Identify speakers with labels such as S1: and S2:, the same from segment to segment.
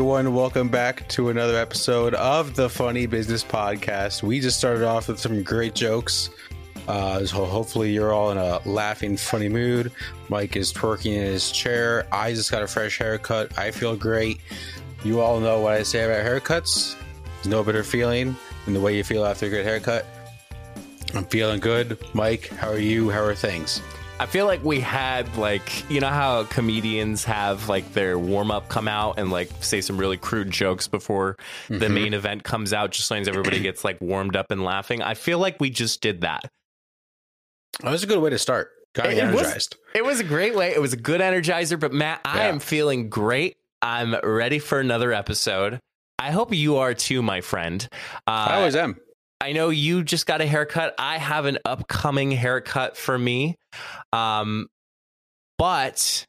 S1: welcome back to another episode of the Funny Business Podcast. We just started off with some great jokes. Uh, so hopefully you're all in a laughing, funny mood. Mike is twerking in his chair. I just got a fresh haircut. I feel great. You all know what I say about haircuts. There's no better feeling than the way you feel after a good haircut. I'm feeling good. Mike, how are you? How are things?
S2: I feel like we had like you know how comedians have like their warm up come out and like say some really crude jokes before the
S1: Mhm.
S2: main event comes out, just so everybody gets like warmed up and laughing. I feel like we just did that.
S1: That was a good way to start. Got me
S2: It- it was-
S1: energized.
S2: It was a great way. It was a good energizer. But Matt, I
S1: Yeah.
S2: am feeling great. I'm ready for another episode. I hope you are too, my friend. Uh,
S1: I always am.
S2: I know you just got a haircut. I have an upcoming haircut for me. Um, but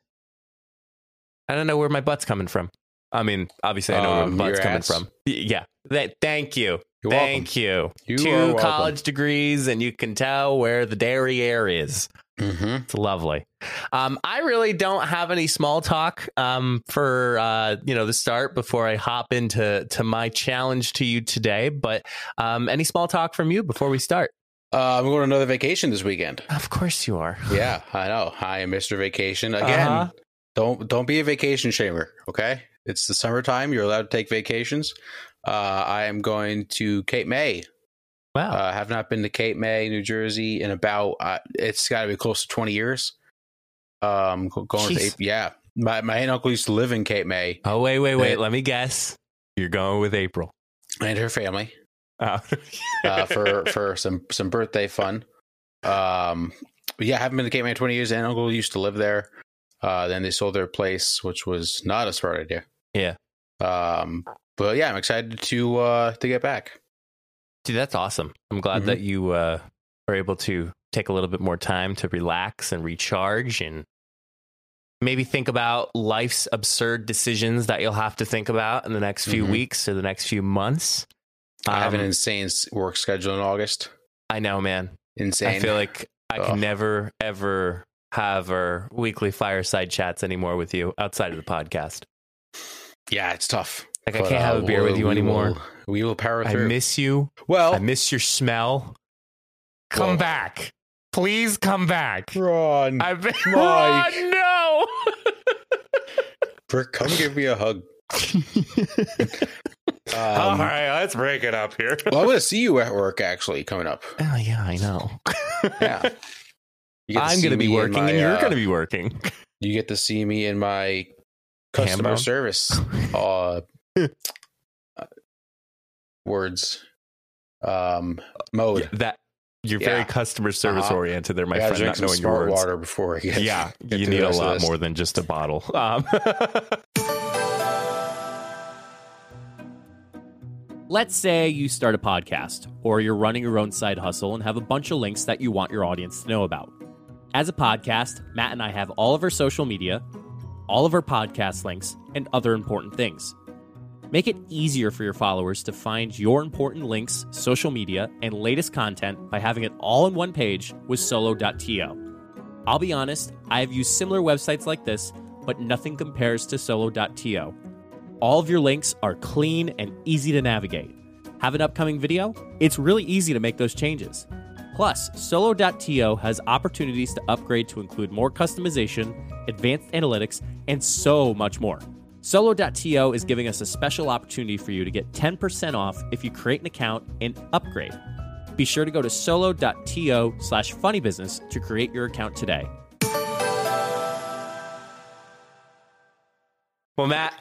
S2: I don't know where my butt's coming from. I mean, obviously, I know where
S1: Um,
S2: my butt's
S1: your
S2: coming
S1: ass.
S2: from. Y- Yeah. Th- thank you.
S1: You're welcome.
S2: thank
S1: You
S2: you.
S1: are
S2: Two
S1: welcome.
S2: college degrees, and you can tell where the derriere is.
S1: Mm-hmm.
S2: It's lovely. Um, I really don't have any small talk um, for uh, you know the start before I hop into to my challenge to you today. But um, any small talk from you before we start?
S1: Uh, I'm going on another vacation this weekend.
S2: Of course you are.
S1: Yeah, I know. I am Mr. Vacation again.
S2: Uh-huh.
S1: Don't don't be a vacation shamer. Okay, it's the summertime. You're allowed to take vacations. Uh, I am going to Cape May.
S2: Wow.
S1: Uh, have not been to Cape May, New Jersey, in about uh, it's got to be close to 20 years. Um, go- going to
S2: Jeez.
S1: Ape, yeah. My my aunt and uncle used to live in Cape May
S2: oh wait, wait, wait.
S1: Uh,
S2: Let me guess. You're going with April.
S1: and her family.
S2: Oh.
S1: uh, for for some some birthday fun. Um, but yeah, I haven't been to Cape May in twenty years. And uncle used to live there. Uh, then they sold their place, which was not a smart idea.
S2: Yeah.
S1: Um, but yeah, I'm excited to uh to get back.
S2: Dude, that's awesome. I'm glad
S1: Mhm.
S2: that you uh, are able to take a little bit more time to relax and recharge and maybe think about life's absurd decisions that you'll have to think about in the next few
S1: Mhm.
S2: weeks or the next few months.
S1: I have an
S2: Um,
S1: insane s- work schedule in August.
S2: I know, man.
S1: Insane.
S2: I feel like I
S1: Ugh.
S2: can never, ever have our weekly fireside chats anymore with you outside of the podcast.
S1: yeah, it's tough.
S2: Like, I
S1: But,
S2: can't have
S1: uh,
S2: a beer with
S1: we'll-
S2: you
S1: we
S2: anymore.
S1: will- we will power
S2: I
S1: through.
S2: miss you.
S1: well,
S2: I miss your smell. Come
S1: Whoa.
S2: back. Please come back.
S1: Ron,
S2: I've been
S1: Mike.
S2: Oh,
S1: Brick, come give me a hug.
S2: no.
S1: Um,
S2: All right, let's break it up here.
S1: Well, I'm going to see you at work actually coming up.
S2: Oh yeah, I know.
S1: Yeah. You get to
S2: I'm
S1: see
S2: going to be
S1: me in
S2: working,
S1: my,
S2: and you're
S1: uh,
S2: going to be working.
S1: You get to see me in my customer
S2: Camo?
S1: service uh, uh, words um, mode.
S2: That you're
S1: Yeah.
S2: very customer service
S1: Uh-huh.
S2: oriented, there,
S1: I
S2: my
S1: gotta
S2: friend.
S1: drink
S2: Not
S1: some
S2: knowing your
S1: smart
S2: words.
S1: water before I get.
S2: yeah,
S1: get
S2: you
S1: through the
S2: need a
S1: rest of
S2: lot
S1: this.
S2: more than just a bottle. Um,
S3: Let's say you start a podcast or you're running your own side hustle and have a bunch of links that you want your audience to know about. As a podcast, Matt and I have all of our social media, all of our podcast links, and other important things. Make it easier for your followers to find your important links, social media, and latest content by having it all in one page with solo.to. I'll be honest, I have used similar websites like this, but nothing compares to solo.to. All of your links are clean and easy to navigate. Have an upcoming video? It's really easy to make those changes. Plus, solo.to has opportunities to upgrade to include more customization, advanced analytics, and so much more. Solo.to is giving us a special opportunity for you to get 10% off if you create an account and upgrade. Be sure to go to solo.to slash funnybusiness to create your account today.
S2: Well, Matt,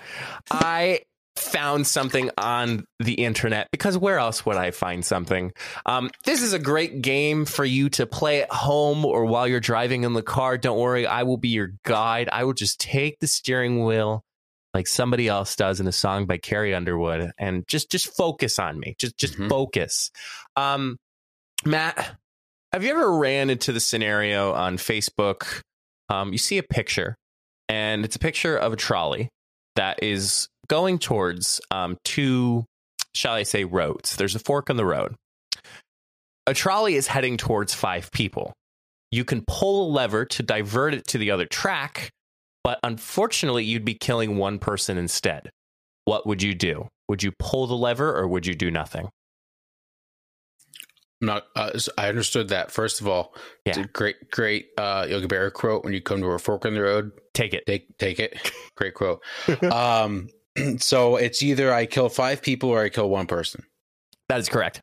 S2: I found something on the internet because where else would I find something? Um, this is a great game for you to play at home or while you're driving in the car. Don't worry, I will be your guide. I will just take the steering wheel like somebody else does in a song by Carrie Underwood and just just focus on me. Just just
S1: Mhm.
S2: focus. Um, Matt, have you ever ran into the scenario on Facebook? Um, you see a picture, and it's a picture of a trolley that is going towards um, two, shall I say, roads. There's a fork on the road. A trolley is heading towards five people. You can pull a lever to divert it to the other track, but unfortunately, you'd be killing one person instead. what would you do? Would you pull the lever or would you do nothing?
S1: not uh, s- i understood that first of all it's
S2: Yeah.
S1: a great great uh yogi bear quote when you come to a fork in the road
S2: Take it.
S1: take take it great quote um so it's either i kill five people or i kill one person
S2: That is correct.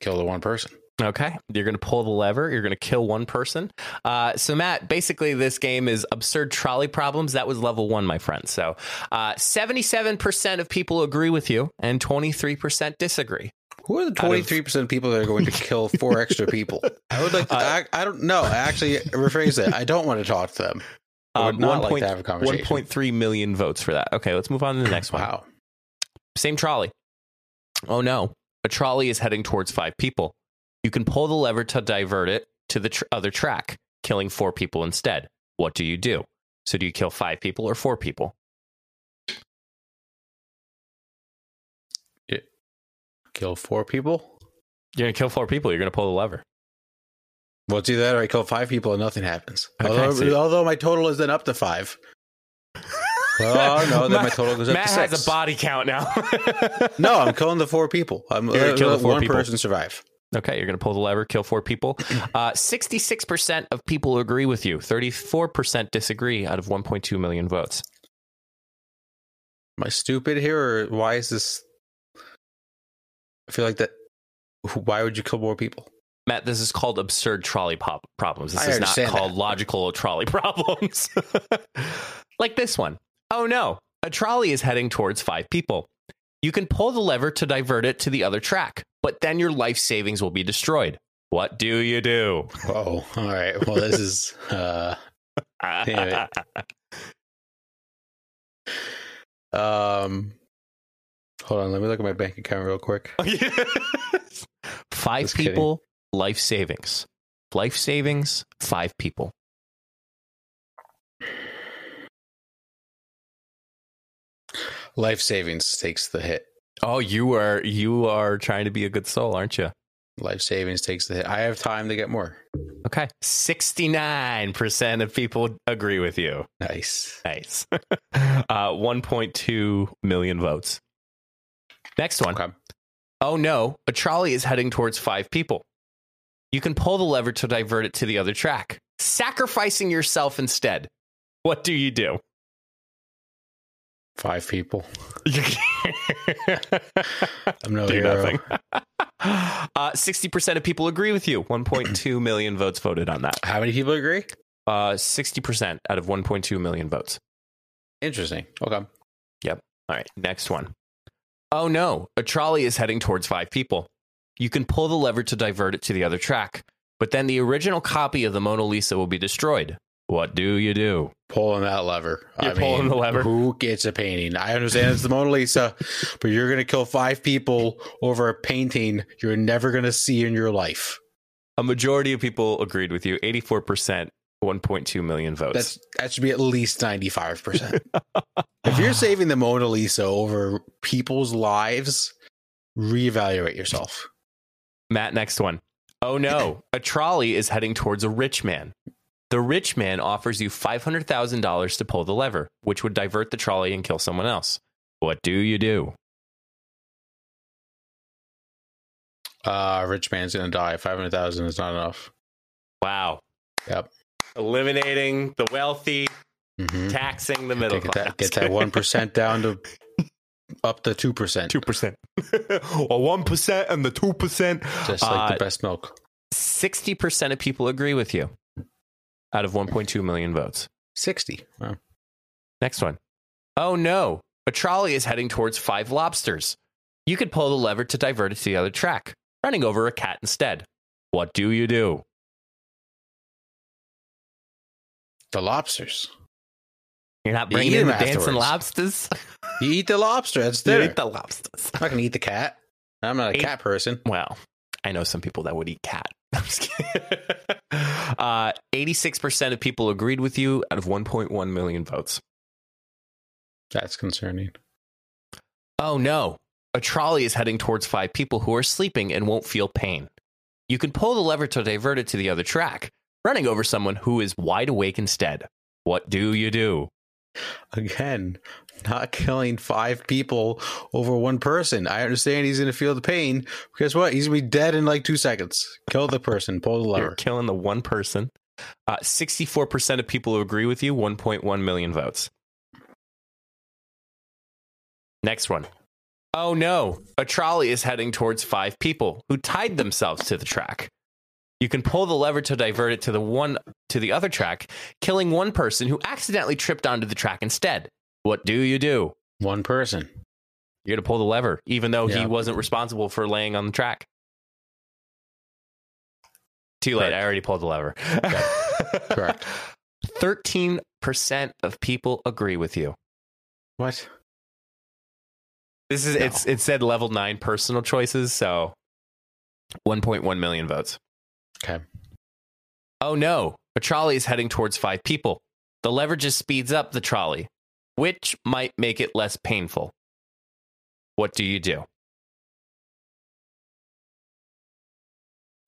S1: kill the one person
S2: Okay, you're going to pull the lever. You're going to kill one person. Uh, so Matt, basically, this game is absurd trolley problems. That was level one, my friend. So, uh, seventy-seven percent of people agree with you, and twenty-three percent disagree.
S1: who are the
S2: Out of-
S1: 23% of people that are going to kill four extra people i would like to,
S2: Uh,
S1: I, I don't know actually rephrase that i don't want to talk to them i would
S2: Um,
S1: not
S2: one
S1: like
S2: point-
S1: to have a
S2: One
S1: conversation
S2: point three million votes for that. Okay, let's move on to the next one.
S1: wow
S2: Same trolley. Oh no, a trolley is heading towards five people. You can pull the lever to divert it to the tr- other track, killing four people instead. What do you do? So, do you kill five people or four people?
S1: kill four people
S2: You're gonna kill four people. You're gonna pull the lever.
S1: well do that or i kill five people and nothing happens
S2: Okay,
S1: although,
S2: so-
S1: although my total is then up to five oh no then my total goes up
S2: Matt
S1: to
S2: has
S1: six
S2: a body count now.
S1: no, I'm killing the four people. I'm
S2: You're gonna
S1: uh,
S2: kill the four
S1: one
S2: people.
S1: person survive.
S2: Okay, you're gonna pull the lever, kill four people. Uh, Sixty-six percent of people agree with you. Thirty-four percent disagree out of 1.2 million votes.
S1: Am I stupid here, or why is this? I feel like that. Why would you kill more people?
S2: Matt, this is called absurd trolley pop- problems. This
S1: I
S2: is not
S1: understand
S2: called
S1: that.
S2: logical trolley problems. like this one. Oh no, a trolley is heading towards five people. You can pull the lever to divert it to the other track, but then your life savings will be destroyed. What do you do?
S1: Oh, all right. Well, this is. uh Damn Um, hold on. Let me look at my bank account real quick.
S2: five
S1: Just kidding.
S2: people, life savings. Life savings, five people.
S1: Life savings takes the hit.
S2: Oh, you are you are trying to be a good soul, aren't you?
S1: Life savings takes the hit. I have time to get more.
S2: Okay. 69% of people agree with you.
S1: Nice.
S2: Nice. uh, 1.2 million votes. Next one.
S1: Okay.
S2: Oh no, a trolley is heading towards five people. You can pull the lever to divert it to the other track, sacrificing yourself instead. What do you do?
S1: Five people. I'm no
S2: do
S1: hero.
S2: nothing. Uh, 60% of people agree with you. 1.2 million votes voted on that.
S1: How many people agree?
S2: Uh, 60% out of 1.2 million votes.
S1: Interesting. Okay.
S2: All right, next one. Oh no, a trolley is heading towards five people. You can pull the lever to divert it to the other track, but then the original copy of the Mona Lisa will be destroyed. What do you do?
S1: pulling that lever.
S2: You're pulling the lever.
S1: Who gets a painting? I understand it's the Mona Lisa, but you're gonna kill five people over a painting you're never gonna see in your life.
S2: A majority of people agreed with you 84%, 1.2 million votes.
S1: That's that should be at least ninety five percent. If you're saving the Mona Lisa over people's lives, reevaluate yourself.
S2: Matt, next one. Oh no, a trolley is heading towards a rich man. The rich man offers you $500,000 to pull the lever, which would divert the trolley and kill someone else. What do you do?
S1: Uh rich man's gonna die. Five hundred thousand is not enough.
S2: Wow.
S1: Yep.
S2: Eliminating the wealthy,
S1: Mhm.
S2: taxing the middle
S1: Get
S2: class.
S1: that get that one percent down to up to two percent.
S2: Two percent, or one percent, and the two percent. Uh,
S1: Just like the best milk.
S2: Sixty percent of people agree with you, out of one point two million votes.
S1: Sixty. Wow.
S2: Next one. Oh no, a trolley is heading towards five lobsters. You could pull the lever to divert it to the other track, running over a cat instead. What do you do?
S1: The lobsters.
S2: You're not
S1: You eat
S2: bringing in the
S1: them
S2: dancing
S1: afterwards.
S2: lobsters.
S1: You eat the lobster. That's
S2: You
S1: dinner.
S2: eat the lobsters.
S1: I'm not gonna eat the cat. I'm not a
S2: Eat-
S1: cat person.
S2: Well, I know some people that would eat cat. I'm just kidding. Uh, 86% of people agreed with you out of 1.1 million votes.
S1: That's concerning.
S2: Oh no, a trolley is heading towards five people who are sleeping and won't feel pain. You can pull the lever to divert it to the other track, running over someone who is wide awake instead. What do you do?
S1: Again, not killing five people over one person. I understand he's going to feel the pain. Guess what? He's going to be dead in like two seconds. Kill the person, pull the
S2: You're
S1: lever.
S2: killing the one person. Uh, 64% of people who agree with you, 1.1 million votes. Next one. Oh no, a trolley is heading towards five people who tied themselves to the track. You can pull the lever to divert it to the one to the other track, killing one person who accidentally tripped onto the track instead. What do you do?
S1: One person.
S2: You're going to pull the lever even though
S1: Yeah.
S2: he wasn't responsible for laying on the track. Too late.
S1: Correct.
S2: I already pulled the lever.
S1: Correct.
S2: 13% of people agree with you.
S1: What?
S2: This is it's it said level 9 personal choices, so 1.1 million votes.
S1: Okay.
S2: Oh no, a trolley is heading towards 5 people. The lever just speeds up the trolley, which might make it less painful. What do you do?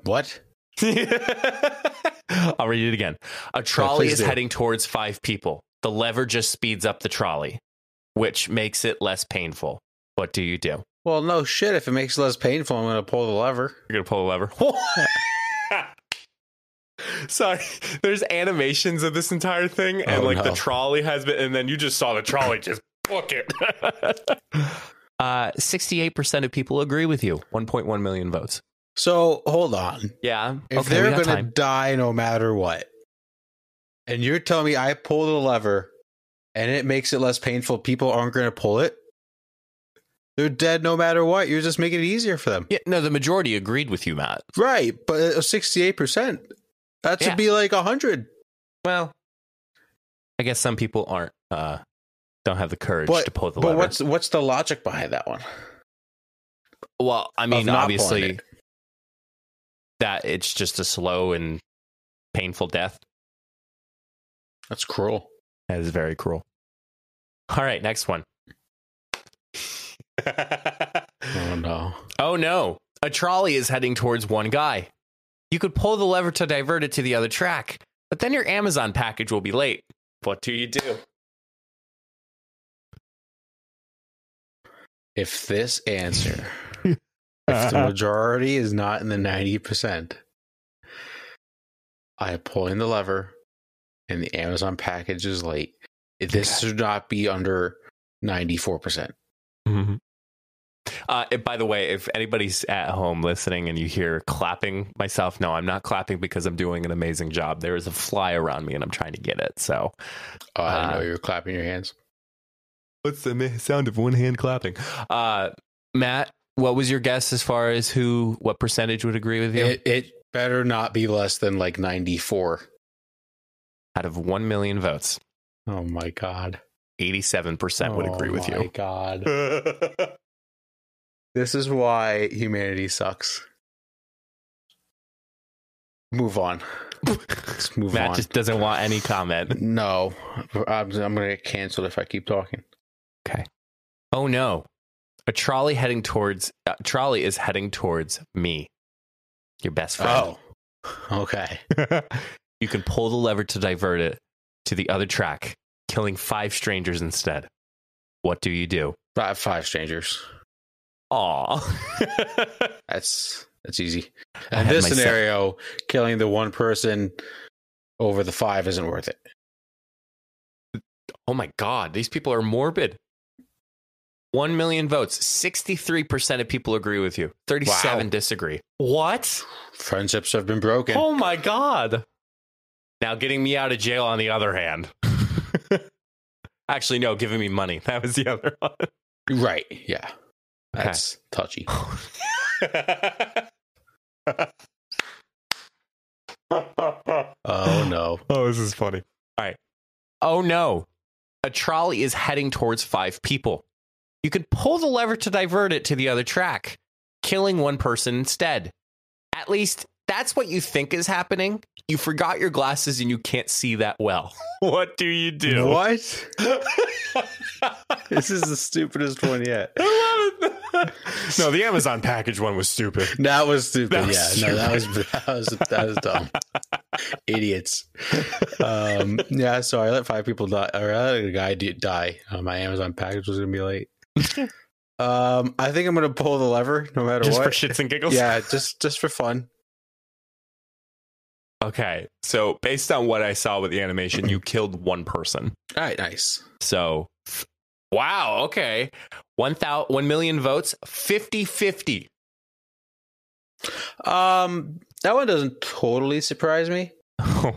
S1: What?
S2: I'll read it again. A trolley
S1: please
S2: is
S1: do.
S2: heading towards five people. The lever just speeds up the trolley, which makes it less painful. What do you do?
S1: Well, no shit. If it makes it less painful, I'm going to pull the lever.
S2: You're gonna pull the lever. Sorry, there's animations of this entire thing, and
S1: Oh,
S2: like the
S1: no.
S2: trolley has been, and then you just saw the trolley just book it. Uh, 68% of people agree with you. 1.1 million votes.
S1: So hold on.
S2: Yeah.
S1: If
S2: okay, we
S1: they're
S2: got
S1: going to
S2: time.
S1: die no matter what, and you're telling me I pull the lever and it makes it less painful, people aren't going to pull it. They're dead no matter what. You're just making it easier for them.
S2: Yeah, no, the majority agreed with you, Matt.
S1: Right. But 68%, that should
S2: Yeah.
S1: be like 100.
S2: Well, I guess some people aren't uh don't have the courage
S1: But-
S2: to pull the
S1: but
S2: lever.
S1: what's what's the logic behind that one?
S2: well, I mean,
S1: not pulling
S2: obviously
S1: it.
S2: that it's just a slow and painful death.
S1: That's cruel.
S2: That is very cruel. All right, next one.
S1: Oh no.
S2: oh no, a trolley is heading towards one guy. You could pull the lever to divert it to the other track, but then your Amazon package will be late. What do you do?
S1: If this answer, if the majority is not in the 90%, I pull in the lever and the Amazon package is late. This should not be under 94%.
S2: Mm-hmm. Uh, it- by the way, if anybody's at home listening and you hear clapping myself, no, I'm not clapping because I'm doing an amazing job. There is a fly around me and I'm trying to get it. So
S1: Oh, I
S2: Uh,
S1: know you're clapping your hands.
S2: what's the ma- sound of one hand clapping? Uh, Matt, what was your guess as far as who, what percentage would agree with you?
S1: It, it better not be less than like 94.
S2: Out of 1 million votes,
S1: Oh my God.
S2: 87% would agree with
S1: Oh my
S2: you.
S1: God. This is why humanity sucks. Move on. Let's move
S2: Matt
S1: on.
S2: just doesn't want any comment.
S1: No, I'm, I'm going to get canceled if I keep talking.
S2: Oh no. A trolley heading towards uh, trolley is heading towards me. Your best friend.
S1: Uh, okay.
S2: you can pull the lever to divert it to the other track, killing five strangers instead. What do you do?
S1: Five, five strangers.
S2: Aw.
S1: That's that's easy.
S2: I
S1: In
S2: had
S1: this
S2: my sec-
S1: scenario, killing the one person over the five isn't worth it.
S2: oh my god, these people are morbid. 1 million votes. 63% of people agree with you. 37
S1: Wow.
S2: disagree. What?
S1: Friendships have been broken.
S2: Oh my god. Now getting me out of jail on the other hand. Actually, no, giving me money. That was the other one.
S1: Right? Yeah. That's touchy. Oh no.
S2: oh, this is funny. All right. Oh no. A trolley is heading towards five people. You could pull the lever to divert it to the other track, killing one person instead. At least that's what you think is happening. You forgot your glasses and you can't see that well. What do you do?
S1: What?
S2: I
S1: This is the stupidest one yet.
S2: love it. no, the Amazon package one was stupid.
S1: That was stupid.
S2: That was
S1: yeah. No, that was that was that was dumb. idiots. Um, yeah, so I let five people die, or I let a guy di- die. Uh, my Amazon package was gonna be late. um, I think I'm gonna pull the lever no matter
S2: just for
S1: what.
S2: shits and giggles.
S1: yeah, just just for fun.
S2: Okay. So based on what I saw with the animation, you killed one person.
S1: All right, nice.
S2: So wow. Okay. One thou one million votes. 50-50.
S1: Um, that one doesn't totally surprise me.
S2: Oh.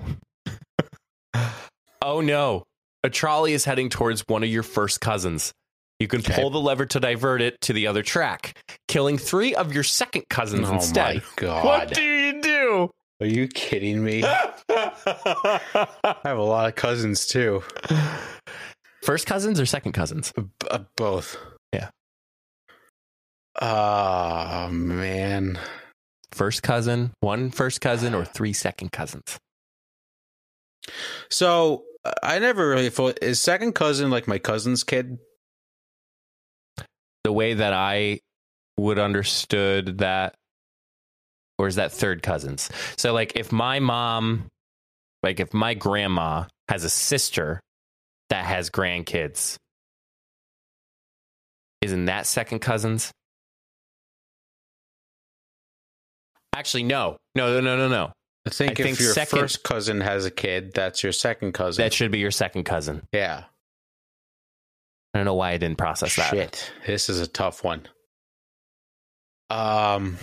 S2: oh no. A trolley is heading towards one of your first cousins. You can
S1: Okay.
S2: pull the lever to divert it to the other track, killing three of your second cousins
S1: oh
S2: instead.
S1: my god!
S2: What do you do?
S1: Are you kidding me? I have a lot of cousins too.
S2: First cousins or second cousins?
S1: B- uh, both.
S2: Yeah.
S1: Ah man.
S2: First cousin, one first cousin, or three second cousins?
S1: So uh, I never really thought is second cousin like my cousin's kid.
S2: The way that I would understood that, or is that third cousins? So, like, if my mom, like, if my grandma has a sister that has grandkids, isn't that second cousins? Actually, no, no, no, no, no, no.
S1: I think
S2: I
S1: if
S2: think
S1: your
S2: second-
S1: first cousin has a kid, that's your second cousin.
S2: That should be your second cousin.
S1: yeah.
S2: I don't know why I didn't process that.
S1: Shit. This is a tough one. Um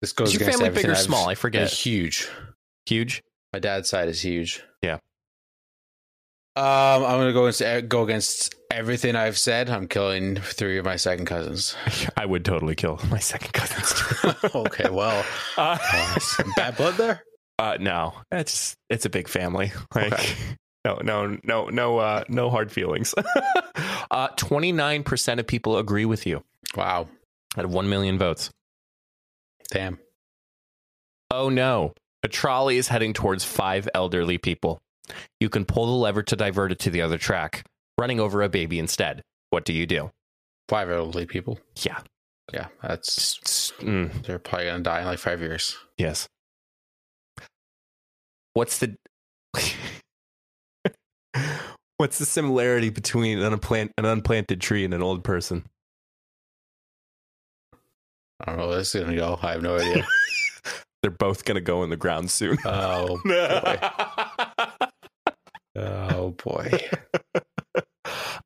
S1: This goes
S2: Is your
S1: against
S2: family
S1: everything
S2: big or
S1: I've-
S2: small? I
S1: It's
S2: forget.
S1: huge.
S2: Huge.
S1: My dad's side is huge.
S2: Yeah.
S1: Um, I'm gonna go against go against everything I've said. I'm killing three of my second cousins.
S2: I would totally kill my second cousins.
S1: okay, well,
S2: Uh,
S1: uh, some bad blood there.
S2: uh, no, it's it's a big family. Like
S1: Okay.
S2: no, no, no, no, uh, no hard feelings. Twenty nine percent of people agree with you
S1: Wow,
S2: out of one million votes.
S1: damn.
S2: Oh no, a trolley is heading towards five elderly people. You can pull the lever to divert it to the other track, running over a baby instead. What do you do?
S1: Five elderly people.
S2: Yeah,
S1: Yeah, that's
S2: s- mm,
S1: they're probably gonna die in like five years.
S2: Yes. What's the What's the similarity between an unplant an unplanted tree and an old person?
S1: I don't know where this is gonna go. I have no idea.
S2: They're both gonna go in the ground soon.
S1: oh,
S2: Uh,
S1: oh boy.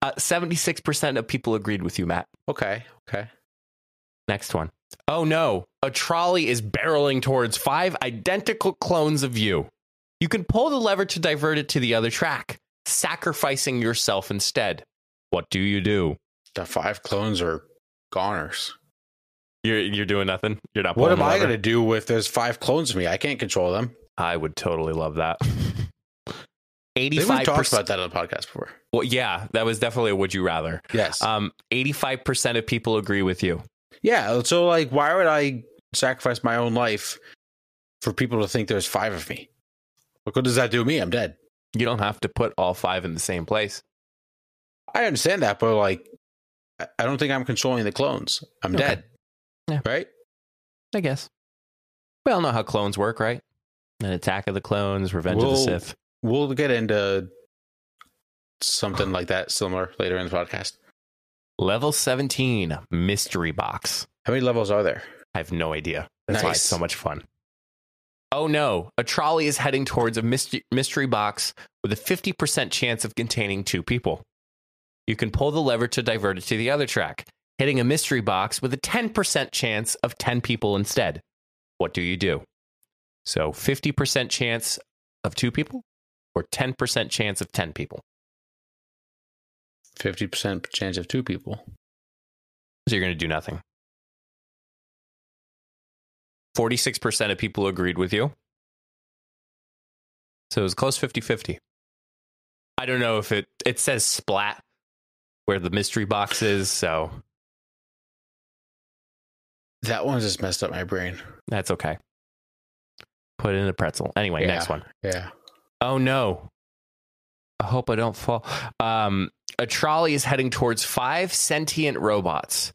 S2: Uh, Seventy-six percent of people agreed with you, Matt.
S1: Okay, okay.
S2: Next one. Oh no, a trolley is barreling towards five identical clones of you. You can pull the lever to divert it to the other track, sacrificing yourself instead. What do you do?
S1: The five clones are goners.
S2: You're you're doing nothing. You're not.
S1: What
S2: pulling
S1: am
S2: the
S1: I
S2: lever?
S1: gonna do with there's five clones of me? I can't control them.
S2: I would totally love that.
S1: I
S2: Eighty
S1: think We've
S2: five
S1: talked about
S2: percent.
S1: that on the podcast before. Uh,
S2: Well, yeah, that was definitely a would you rather.
S1: Yes.
S2: Um, eighty five percent of people agree with you.
S1: Yeah. So, like, why would I sacrifice my own life for people to think there's five of me? What good does that do me? I'm dead.
S2: You don't have to put all five in the same place.
S1: I understand that, but like, I I don't think I'm controlling the clones. I'm
S2: Okay.
S1: dead.
S2: Yeah.
S1: Right?
S2: I guess. We all know how clones work, right? An Attack of the Clones, Revenge of
S1: Whoa.
S2: the Sith.
S1: We'll get into something like that similar later in the podcast.
S2: Level seventeen, Mystery Box.
S1: How many levels are there?
S2: I have no idea. That's why it's
S1: Nice.
S2: so much fun. Oh no, a trolley is heading towards a mystery, mystery box with a 50% chance of containing two people. You can pull the lever to divert it to the other track, hitting a mystery box with a 10% chance of 10 people instead. What do you do? So 50% chance of two people or 10% chance of 10 people?
S1: 50% chance of two people.
S2: So you're going to do nothing. 46% of people agreed with you. So it was close 50 50. I don't know if it, it says splat where the mystery box is. So
S1: That one just messed up my brain.
S2: that's okay. Put it in a pretzel. Anyway,
S1: Yeah.
S2: next one.
S1: Yeah.
S2: Oh no. I hope I don't fall. Um, a trolley is heading towards five sentient robots.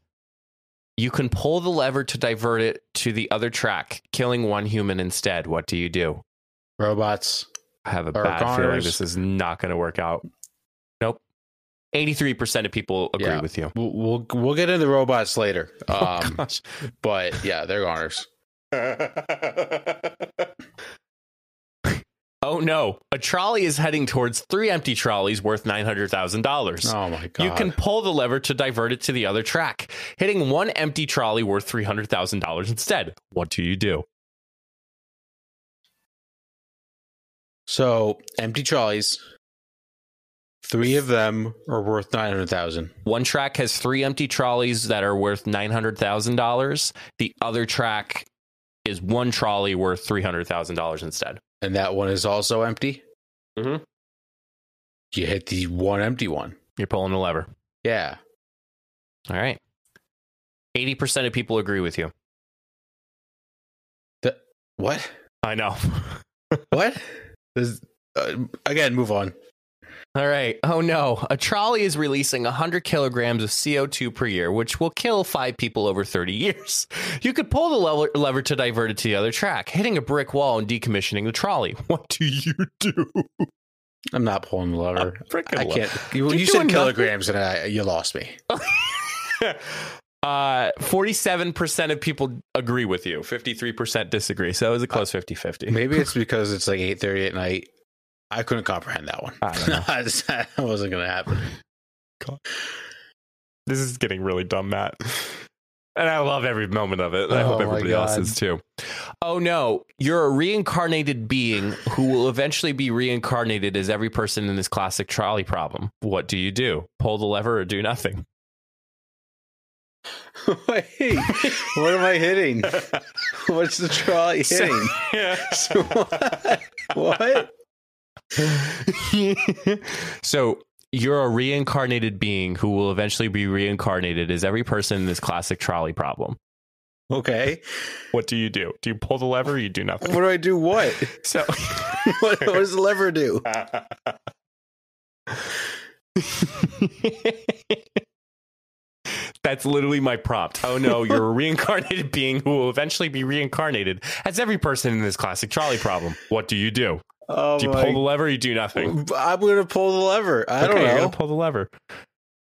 S2: You can pull the lever to divert it to the other track, killing one human instead. What do you do?
S1: Robots.
S2: I have a
S1: Or
S2: bad feeling
S1: Connors.
S2: this is not going to work out. Nope. 83% of people agree
S1: Yeah.
S2: with you.
S1: We'll, we'll we'll get into robots later.
S2: Oh,
S1: Um,
S2: gosh.
S1: but yeah, they're goners.
S2: Oh no, a trolley is heading towards three empty trolleys worth $900,000.
S1: Oh my god!
S2: You can pull the lever to divert it to the other track, hitting one empty trolley worth $300,000 instead. What do you do?
S1: so empty trolleys. Three of them are worth nine hundred thousand.
S2: One track has three empty trolleys that are worth $900,000. The other track is one trolley worth $300,000 instead.
S1: and that one is also empty,
S2: Mhm.
S1: you hit the one empty one.
S2: You're pulling the lever.
S1: Yeah.
S2: All right. 80% of people agree with you.
S1: What?
S2: I know.
S1: What? This, uh, again, move on.
S2: All right. Oh no. A trolley is releasing 100 kilograms of CO2 per year, which will kill five people over 30 years. You could pull the lever, lever to divert it to the other track, hitting a brick wall and decommissioning the trolley. What do you do?
S1: I'm not pulling the lever.
S2: Freaking
S1: I
S2: lo-
S1: can't. You,
S2: You're
S1: you said
S2: doing
S1: kilograms, and I, you lost me.
S2: Uh, 47% of people agree with you, 53% disagree. So it was a close 50 50.
S1: Maybe it's because it's like 8:30 at night. I couldn't comprehend that one.
S2: I don't know.
S1: I just- that wasn't gonna happen.
S2: This is getting really dumb, Matt. And I love every moment of it. and I
S1: Oh
S2: hope
S1: my
S2: everybody else
S1: God.
S2: is too. Oh no, you're a reincarnated being who will eventually be reincarnated as every person in this classic trolley problem. What do you do? Pull the lever or do nothing?
S1: Wait, what am I hitting? What's the trolley
S2: So-
S1: hitting? So what? what?
S2: so you're a reincarnated being who will eventually be reincarnated as every person in this classic trolley problem.
S1: Okay.
S2: What do you do? Do you pull the lever or you do nothing?
S1: What do I do? What?
S2: So
S1: What, what does the lever do?
S2: That's literally my prompt. Oh no, you're a reincarnated being who will eventually be reincarnated as every person in this classic trolley problem. What do you do?
S1: Oh
S2: Do you
S1: my
S2: pull the lever or you do nothing?
S1: I'm gonna pull the lever. I
S2: okay,
S1: don't
S2: you're
S1: know.
S2: gonna pull the lever.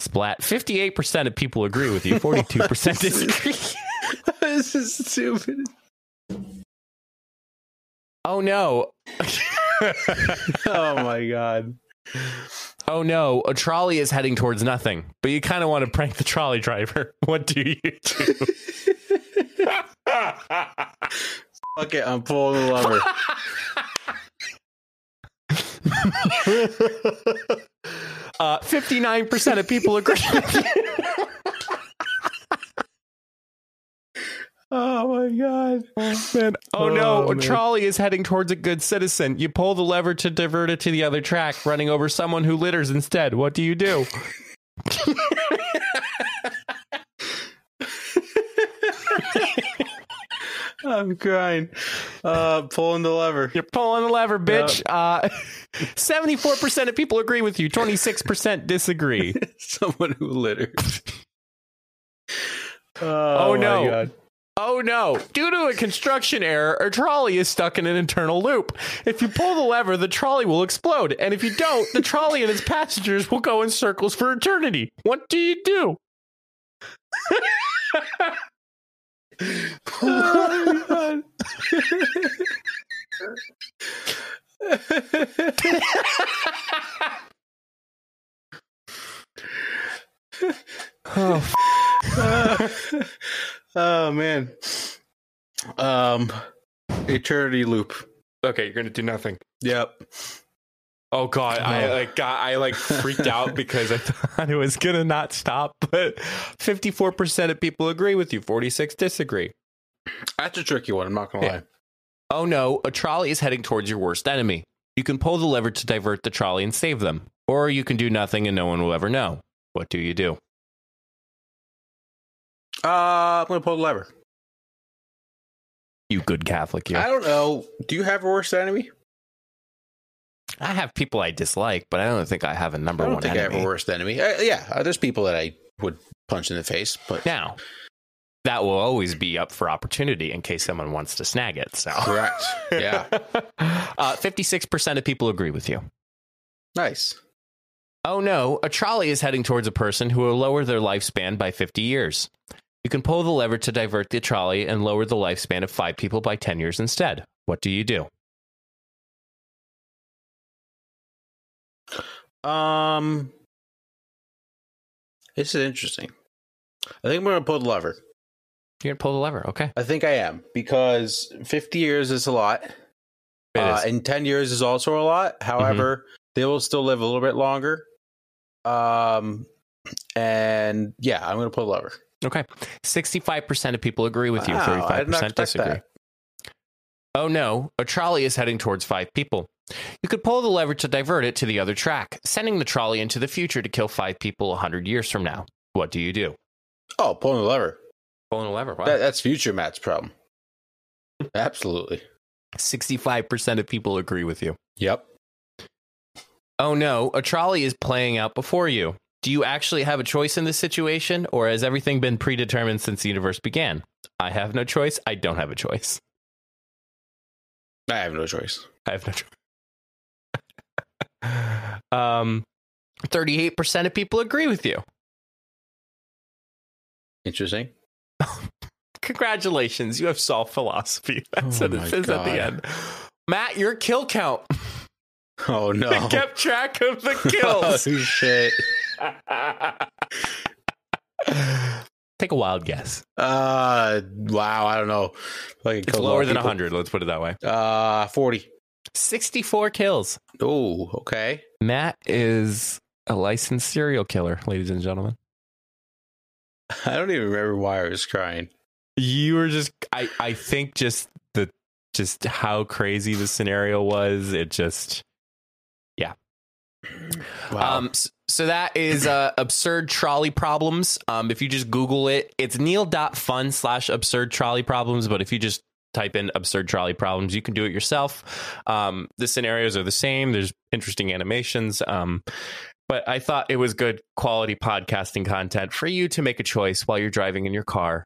S2: Splat. Fifty-eight percent of people agree with you. Forty-two percent disagree.
S1: this is stupid.
S2: Oh no.
S1: Oh my god.
S2: oh no. A trolley is heading towards nothing, but you kind of want to prank the trolley driver. What do you do?
S1: Fuck it, I'm pulling the lever.
S2: Uh, 59% of people agree.
S1: oh my god.
S2: Man, oh
S1: Oh,
S2: no, a
S1: man.
S2: trolley is heading towards a good citizen. You pull the lever to divert it to the other track, running over someone who litters instead. What do you do?
S1: I'm crying. Uh pulling the lever.
S2: You're pulling the lever, bitch. Uh, 74% of people agree with you, 26% disagree.
S1: Someone who littered.
S2: Oh,
S1: Oh, my
S2: no.
S1: God.
S2: Oh no! Due to a construction error, a trolley is stuck in an internal loop. If you pull the lever, the trolley will explode, and if you don't, the trolley and its passengers will go in circles for eternity. What do you do?
S1: Oh my god.
S2: Oh,
S1: Uh, oh man. Um Eternity Loop.
S2: okay, you're gonna do nothing.
S1: Yep.
S2: Oh god, I
S1: No.
S2: like got I like freaked out because I thought it was gonna not stop. But 54% of people agree with you, 46 disagree.
S1: That's a tricky one, I'm not gonna
S2: Yeah.
S1: lie.
S2: Oh no, a trolley is heading towards your worst enemy. You can pull the lever to divert the trolley and save them, or you can do nothing and no one will ever know. What do you do?
S1: Uh I'm gonna pull the lever.
S2: You good Catholic, you.
S1: I
S2: I,
S1: don't know. Do you have a worst enemy?
S2: have people I dislike, but I don't think I have a number
S1: I don't
S2: one
S1: think I have
S2: enemy.
S1: a worst enemy. Uh, yeah, uh, there's people that I would punch in the face, but
S2: now, that will always be up for opportunity in case someone wants to snag it. So,
S1: Correct. Yeah.
S2: uh, 56% of people agree with you.
S1: nice.
S2: Oh no, a trolley is heading towards a person who will lower their lifespan by 50 years. You can pull the lever to divert the trolley and lower the lifespan of five people by 10 years instead. What do you do?
S1: Um, this is interesting. I think I'm gonna pull the lever.
S2: You're going to pull the lever, okay?
S1: I think I am because 50 years is a lot.
S2: It
S1: uh,
S2: is. Mm-hmm.
S1: And 10 years is also a lot. However, they will still live a little bit longer. Um, and yeah, I'm going to put lever.
S2: Okay. 65% of people agree with you,
S1: Wow, I did not
S2: 35%
S1: expect
S2: disagree.
S1: that.
S2: Oh no, a trolley is heading towards five people. You could pull the lever to divert it to the other track, sending the trolley into the future to kill five people 100 years from now. What do you do?
S1: Oh, pulling the lever.
S2: Pulling a lever. Wow.
S1: That, that's future Matt's problem. Absolutely.
S2: 65% of people agree with you.
S1: Yep.
S2: Oh no, a trolley is playing out before you. Do you actually have a choice in this situation, or has everything been predetermined since the universe began? I have no choice. I don't have a choice.
S1: I have no choice.
S2: I have no choice. um, 38% of people agree with you.
S1: Interesting.
S2: Congratulations, you have solved philosophy. That's
S1: Oh
S2: what it
S1: my
S2: says at
S1: God.
S2: the end. Matt, your kill count.
S1: Oh, no.
S2: I kept track of the
S1: oh,
S2: kills.
S1: shit.
S2: Take a wild guess.
S1: Uh, wow. I don't know. Like
S2: It's lower than 100, let's put it that way.
S1: Uh, 40.
S2: 64 kills.
S1: Oh, okay.
S2: Matt is a licensed serial killer, ladies and gentlemen.
S1: I don't even remember why I was crying.
S2: You were just I I think just the just how crazy the scenario was, it just
S1: Wow.
S2: Um, s- so that is uh, absurd trolley problems. Um, if you just Google it, it's neil.fun slash absurd trolley problems. But if you just type in absurd trolley problems, you can do it yourself. Um, the scenarios are the same. There's interesting animations. Um, but I thought it was good quality podcasting content for you to make a choice while you're driving in your car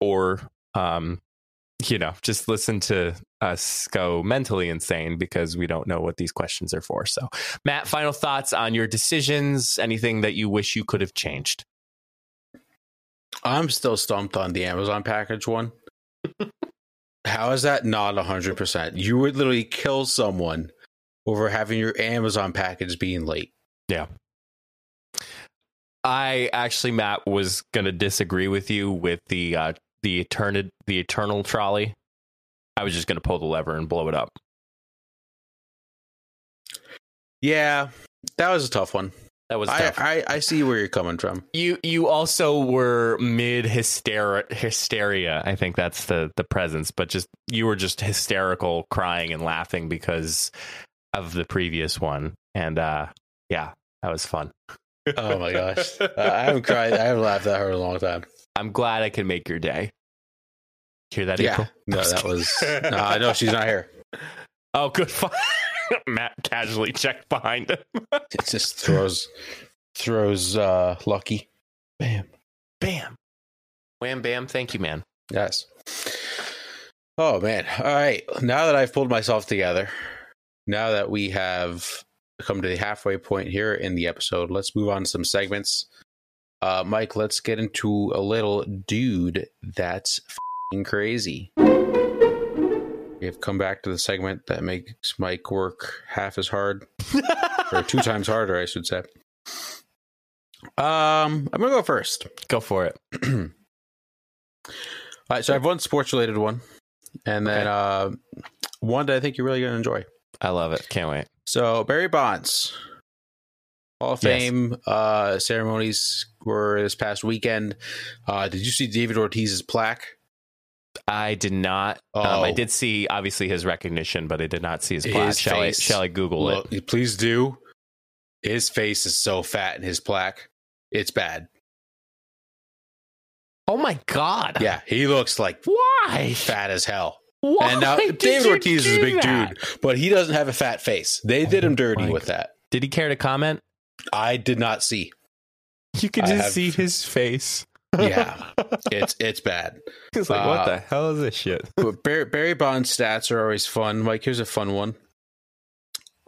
S2: or, um, you know, just listen to us go mentally insane because we don't know what these questions are for. So, Matt, final thoughts on your decisions? Anything that you wish you could have changed?
S1: I'm still stumped on the Amazon package one. How is that not 100%? You would literally kill someone over having your Amazon package being late.
S2: I actually, Matt, was going to disagree with you with the uh, the eternal the eternal trolley. I was just going to pull the lever and blow it up.
S1: Yeah, that was a tough one.
S2: That was
S1: I,
S2: tough.
S1: I, I see where you're coming from.
S2: you you also were mid hysteria hysteria. I think that's the the presence, but just you were just hysterical, crying and laughing because of the previous one. And uh, yeah, that was fun.
S1: Oh my gosh. Uh, I haven't cried. I haven't laughed that hard in a long time.
S2: I'm glad I can make your day. Hear that,
S1: Yeah.
S2: April?
S1: No, that was. No, I know she's not here.
S2: Oh, good. Fun. Matt casually checked behind him.
S1: It just throws, throws uh, Lucky. Bam.
S2: Bam. Wham, bam. Thank you, man.
S1: Yes. Oh man. All right. Now that I've pulled myself together, now that we have come to the halfway point here in the episode, let's move on to some segments. Uh Mike, let's get into a little dude that's fing crazy. We have come back to the segment that makes Mike work half as hard or two times harder, I should say. Um, I'm gonna go first.
S2: Go for it.
S1: All right, so I have one sports related one, and then
S2: Okay.
S1: uh, one that I think you're really going to enjoy.
S2: I love it. Can't wait.
S1: So Barry Bonds, Hall of
S2: Yes.
S1: Fame uh, ceremonies were this past weekend. Uh, did you see David Ortiz's plaque?
S2: I did not. Um,
S1: Oh.
S2: I did see, obviously, his recognition, but I did not see his
S1: His
S2: plaque. shall, I,
S1: face.
S2: shall I Google it?
S1: Look, please do. His face is so fat in his plaque, it's bad.
S2: Oh, my God.
S1: Yeah, he looks like
S2: Why?
S1: fat as hell.
S2: Why?
S1: and now
S2: did
S1: David
S2: you
S1: Ortiz is a
S2: do
S1: big
S2: that?
S1: dude, but he doesn't have a fat face. They did
S2: Oh
S1: him dirty
S2: my
S1: with that.
S2: Did he care to comment?
S1: I did not see.
S2: You could
S1: I
S2: just
S1: have-
S2: see his face.
S1: yeah, it's it's bad.
S2: It's like, what
S1: Uh,
S2: the hell is this shit?
S1: But Barry, Barry Bonds stats are always fun. Like here's a fun one.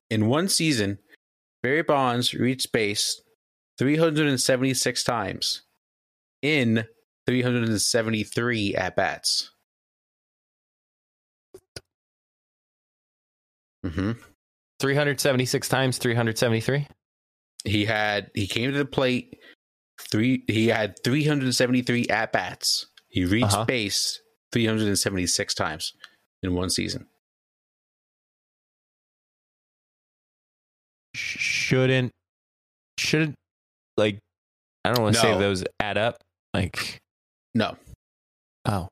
S1: In one season, Barry Bonds reached base 376 times in 373 at bats. hmm
S2: 376 times 373?
S1: He had he came to the plate three. He had 373 at bats. He reached
S2: Uh-huh.
S1: base 376 times in one season.
S2: Shouldn't, shouldn't, like, I don't want to say
S1: No.
S2: those add up. Like,
S1: No,
S2: oh.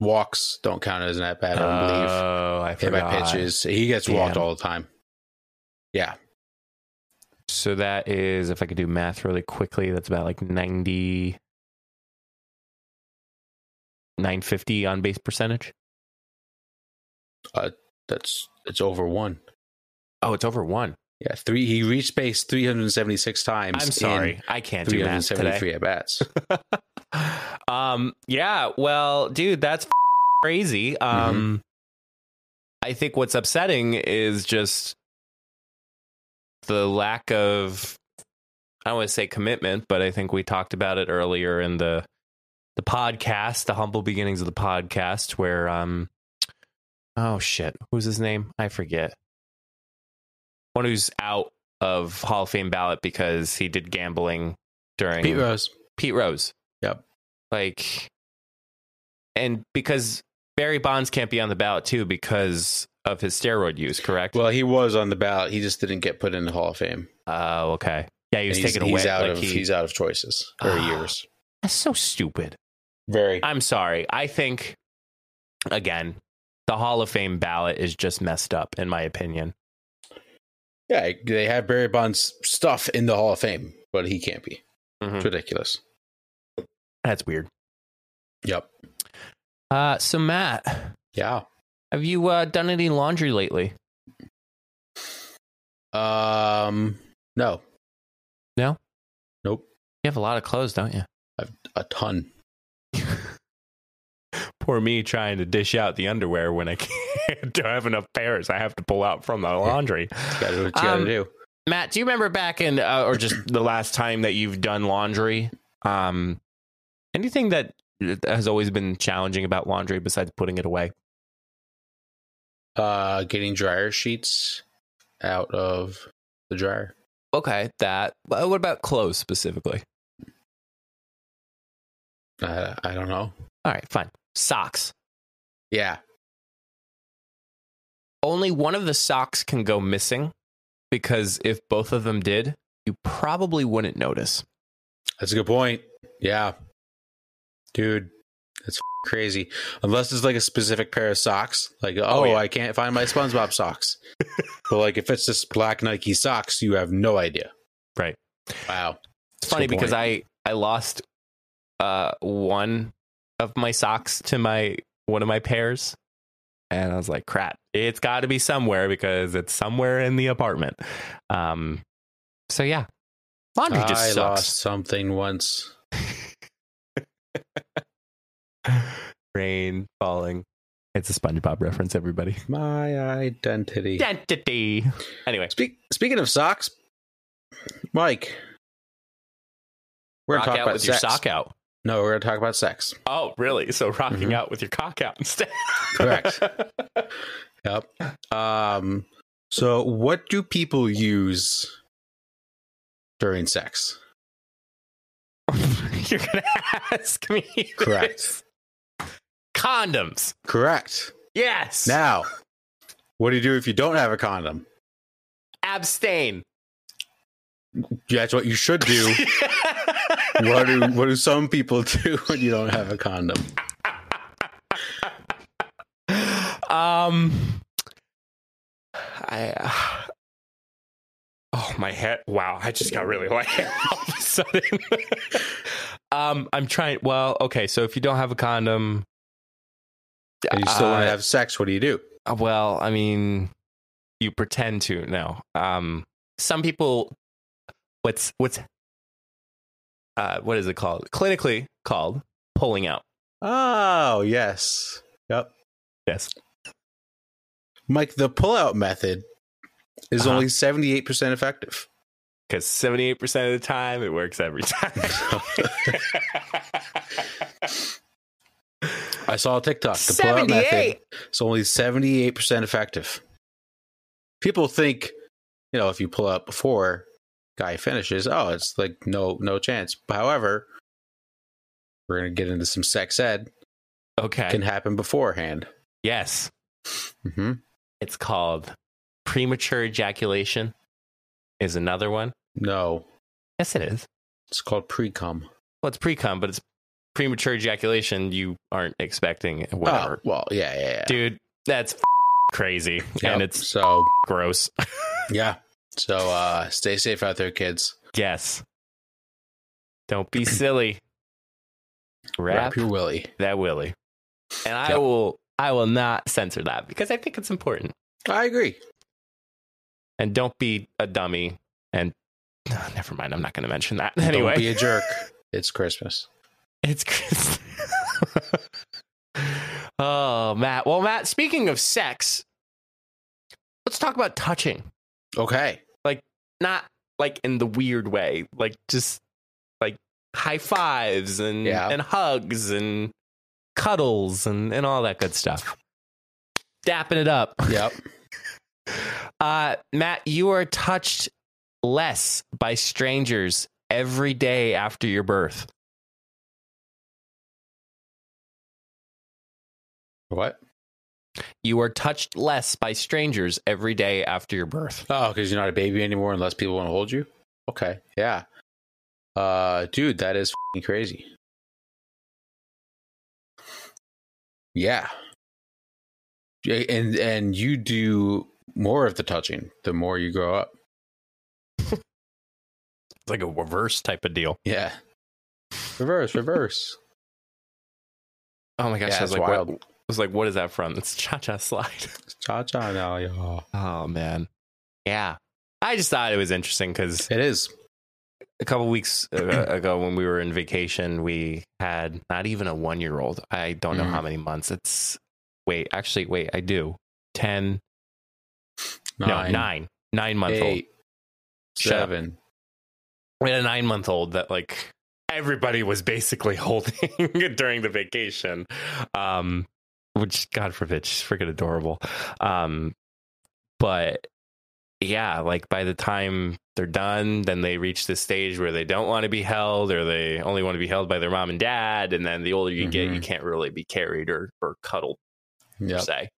S1: walks don't count as an at bat. I don't believe
S2: Oh, I
S1: hit by
S2: forgot.
S1: pitches. He gets walked
S2: Damn.
S1: all the time. Yeah,
S2: So that is, if I could do math really quickly, that's about like 90, 950 on base percentage.
S1: that's it's over one.
S2: Oh, it's over one.
S1: Yeah, three. He reached base 376 times.
S2: I'm
S1: in
S2: sorry. I can't do math today.
S1: 373 at bats.
S2: um yeah well dude that's crazy um i think what's upsetting is just the lack of i don't want to say commitment but i think we talked about it earlier in the the podcast the humble beginnings of the podcast where um oh shit who's his name i forget one who's out of hall of fame ballot because he did gambling during
S1: Pete Rose.
S2: Pete Rose.
S1: Yep.
S2: Like, and because Barry Bonds can't be on the ballot too because of his steroid use, correct?
S1: Well, he was on the ballot. He just didn't get put in the Hall of Fame.
S2: oh, okay. Yeah, he was
S1: And he's,
S2: taken away.
S1: he's out
S2: like
S1: of
S2: he-
S1: he's out of choices or
S2: Ah.
S1: years.
S2: that's so stupid.
S1: Very.
S2: I'm sorry. I think, again, the Hall of Fame ballot is just messed up, in my opinion.
S1: Yeah, they have Barry Bonds stuff in the Hall of Fame, but he can't be.
S2: Mm-hmm.
S1: It's ridiculous.
S2: That's weird.
S1: Yep.
S2: Uh, so, Matt,
S1: Yeah.
S2: have you uh, done any laundry lately?
S1: Um. No,
S2: You have a lot of clothes, don't you?
S1: a ton.
S2: poor me trying to dish out the underwear when I can't, don't have enough pairs. I have to pull out from the laundry.
S1: Got to do what you got to
S2: Um,
S1: do.
S2: Matt, do you remember back in, uh, or just the last time that you've done laundry? Um, anything that has always been challenging about laundry besides putting it away?
S1: Uh, getting dryer sheets out of the dryer.
S2: Okay, that. But What about clothes specifically?
S1: Uh, I don't know.
S2: All right, fine. Socks.
S1: Yeah.
S2: Only one of the socks can go missing because if both of them did, you probably wouldn't notice.
S1: That's a good point. Yeah. Dude, that's f- crazy. Unless it's like a specific pair of socks, like, oh,
S2: yeah.
S1: I can't find my SpongeBob socks. but like, if it's just black Nike socks, you have no idea.
S2: Right.
S1: Wow.
S2: It's funny
S1: Good
S2: because I I lost uh one of my socks to my one of my pairs, and I was like, "Crap! It's got to be somewhere because it's somewhere in the apartment." Um, so yeah, laundry
S1: I
S2: just
S1: lost
S2: sucks.
S1: something once.
S2: Rain falling. It's a SpongeBob reference, everybody.
S1: My identity.
S2: Identity. Anyway,
S1: Speak, speaking of socks, Mike, we're
S2: rock
S1: going to talk
S2: out
S1: about
S2: with
S1: sex.
S2: your sock out.
S1: No, we're going to talk about sex.
S2: Oh, really? So rocking
S1: Mhm.
S2: out with your cock out instead.
S1: Correct. Yep. Um, so, what do people use during sex?
S2: You're gonna ask me. this.
S1: Correct.
S2: Condoms.
S1: Correct.
S2: Yes.
S1: Now, what do you do if you don't have a condom?
S2: Abstain.
S1: That's what you should do. what do what do some people do when you don't have a condom?
S2: um. I. Uh, oh my head! Wow, I just got really white all of a sudden. um, I'm trying. Well, okay. So if you don't have a condom,
S1: And you still want
S2: uh,
S1: to have sex? What do you do?
S2: Uh, Well, I mean, you pretend to no. Um, some people, what's what's, uh, what is it called? Clinically, called pulling out.
S1: Oh, yes. Yep.
S2: Yes.
S1: Mike, the pullout method is
S2: Uh-huh.
S1: only 78% effective.
S2: Because 78% of the time, it works every time.
S1: I saw a TikTok. The pullout method
S2: 78.
S1: is only 78% effective. People think, you know, if you pull out before guy finishes, oh, it's like no no chance. However, we're going to get into some sex ed.
S2: Okay.
S1: Can happen beforehand.
S2: yes.
S1: hmm
S2: It's called premature ejaculation, is another one.
S1: No,
S2: Yes, it is.
S1: it's called pre-cum.
S2: Well, it's pre cum, but it's premature ejaculation. You aren't expecting whatever.
S1: Oh, well, yeah, yeah, yeah.
S2: Dude, that's f- crazy.
S1: Yep.
S2: And it's
S1: so
S2: gross.
S1: yeah. So uh stay safe out there, kids.
S2: Yes. Don't be silly. Wrap
S1: Wrap your willy.
S2: that willy. And I
S1: Yep.
S2: will I will not censor that because I think it's important.
S1: I agree.
S2: And don't be a dummy and Ah, never mind, I'm not gonna mention that. Anyway.
S1: Don't be a jerk. It's Christmas.
S2: It's Chris. oh, Matt. Well, Matt, speaking of sex, let's talk about touching.
S1: Okay.
S2: Not like in the weird way, like just like high fives and
S1: Yeah.
S2: and hugs and cuddles and and all that good stuff. Dapping it up.
S1: Yep.
S2: Uh, Matt, you are touched less by strangers every day after your birth.
S1: what?
S2: You are touched less by strangers every day after your birth.
S1: Oh, because you're not a baby anymore unless people want to hold you? Okay. Yeah. Uh dude, that is fing crazy. Yeah. Yeah, And and you do more of the touching the more you grow up.
S2: It's like a reverse type of deal.
S1: Yeah. Reverse, reverse.
S2: Oh my gosh,
S1: Yeah,
S2: I was
S1: it's
S2: like,
S1: wild.
S2: What, I was like, what is that from? It's Cha Cha Slide.
S1: Cha cha now, y'all.
S2: Oh man, yeah. I just thought it was interesting because
S1: It is.
S2: a couple weeks uh, ago when we were in vacation, we had not even a one year old. I don't know
S1: Mhm.
S2: how many months. It's wait, actually, wait, I do. Ten, no, nine, nine month old.
S1: eight,
S2: Shut up.
S1: seven.
S2: We had a nine month old that like everybody was basically holding during the vacation. Um which God forbid, she's freaking adorable. Um but yeah, like by the time they're done, then they reach this stage where they don't want to be held or they only want to be held by their mom and dad. And then the older you get, you
S1: Mhm.
S2: can't really be carried or, or cuddled per
S1: Yep.
S2: se.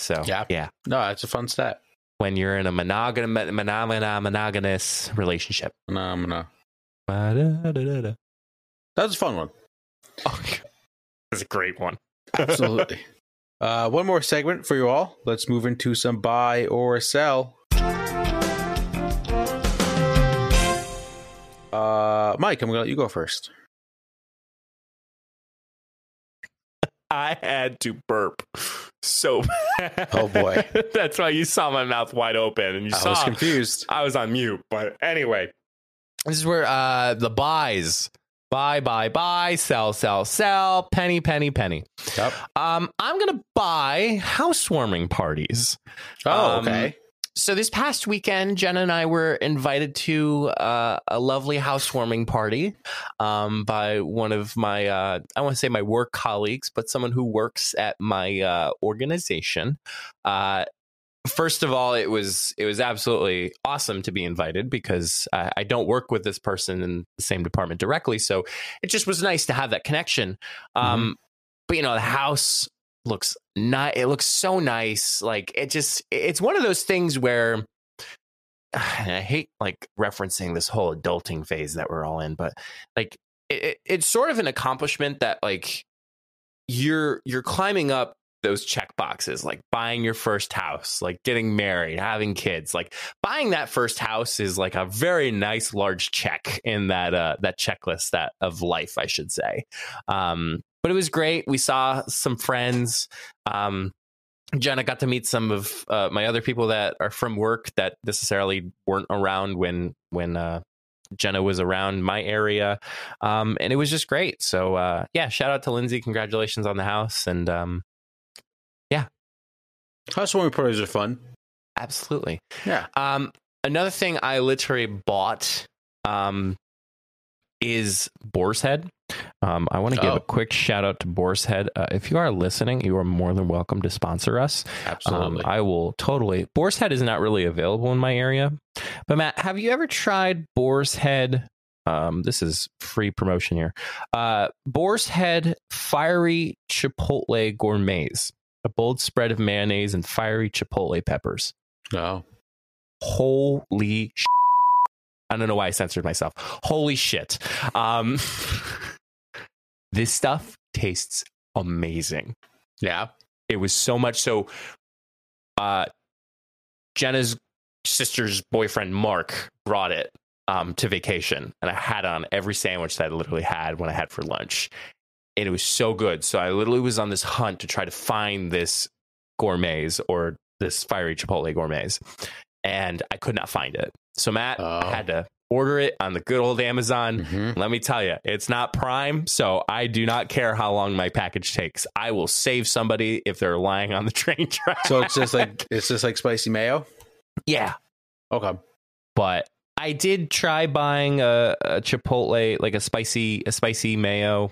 S2: So
S1: Yeah.
S2: yeah.
S1: No, that's a fun stat.
S2: When you're in a monogamous monogamous monogamous relationship.
S1: No, I'm gonna.
S2: Ba-da-da-da-da.
S1: That was a fun one.
S2: Oh, that's a great one.
S1: Absolutely. uh, one more segment for you all. Let's move into some buy or sell. Uh, Mike, I'm gonna let you go first.
S2: I had to burp so bad.
S1: Oh, boy.
S2: that's why you saw my mouth wide open and you
S1: I
S2: saw
S1: was confused.
S2: I was on mute. But anyway, this is where uh, the buys buy, buy, buy, sell, sell, sell, penny, penny, penny.
S1: Yep.
S2: Um, I'm going to buy housewarming parties.
S1: Oh,
S2: Um,
S1: okay.
S2: so this past weekend, Jenna and I were invited to uh, a lovely housewarming party um, by one of my, uh, I want to say my work colleagues, but someone who works at my uh, organization. Uh, first of all, it was it was absolutely awesome to be invited because I, I don't work with this person in the same department directly, so it just was nice to have that connection. Um, But you know, the house looks nice. It looks so nice. Like it just, it's one of those things where and I hate like referencing this whole adulting phase that we're all in, but like it, it, it's sort of an accomplishment that like you're you're climbing up those check boxes like buying your first house like getting married having kids like buying that first house is like a very nice large check in that uh that checklist that of life i should say um but it was great we saw some friends um Jenna got to meet some of uh, my other people that are from work that necessarily weren't around when when uh, Jenna was around my area, um, and it was just great. So uh, yeah, shout out to Lindsay. Congratulations on the house, and um,
S1: House warming parties are fun.
S2: absolutely.
S1: Yeah.
S2: Um, another thing I literally bought um, is Boar's Head. Um, I want to give
S1: Oh.
S2: a quick shout out to Boar's Head. Uh, if you are listening, you are more than welcome to sponsor us. Um,
S1: Absolutely.
S2: I will totally. Boar's Head is not really available in my area. But Matt, have you ever tried Boar's Head? Um, this is free promotion here. Uh, Boar's Head Fiery Chipotle Gourmets, a bold spread of mayonnaise and fiery chipotle peppers
S1: no.
S2: holy sh- I don't know why I censored myself. Holy shit. Um, this stuff tastes amazing.
S1: Yeah.
S2: It was so much so uh Jenna's sister's boyfriend Mark brought it um to vacation and I had it on every sandwich that I literally had when I had for lunch. And it was so good. So I literally was on this hunt to try to find this gourmets or this fiery chipotle gourmets and I could not find it. So Matt
S1: Oh.
S2: I had to order it on the good old Amazon.
S1: Mhm.
S2: Let me tell you, it's not prime, so I do not care how long my package takes. I will save somebody if they're lying on the train track.
S1: So it's just like it's just like spicy mayo.
S2: yeah,
S1: Okay.
S2: but I did try buying a, a Chipotle, like a spicy, a spicy mayo.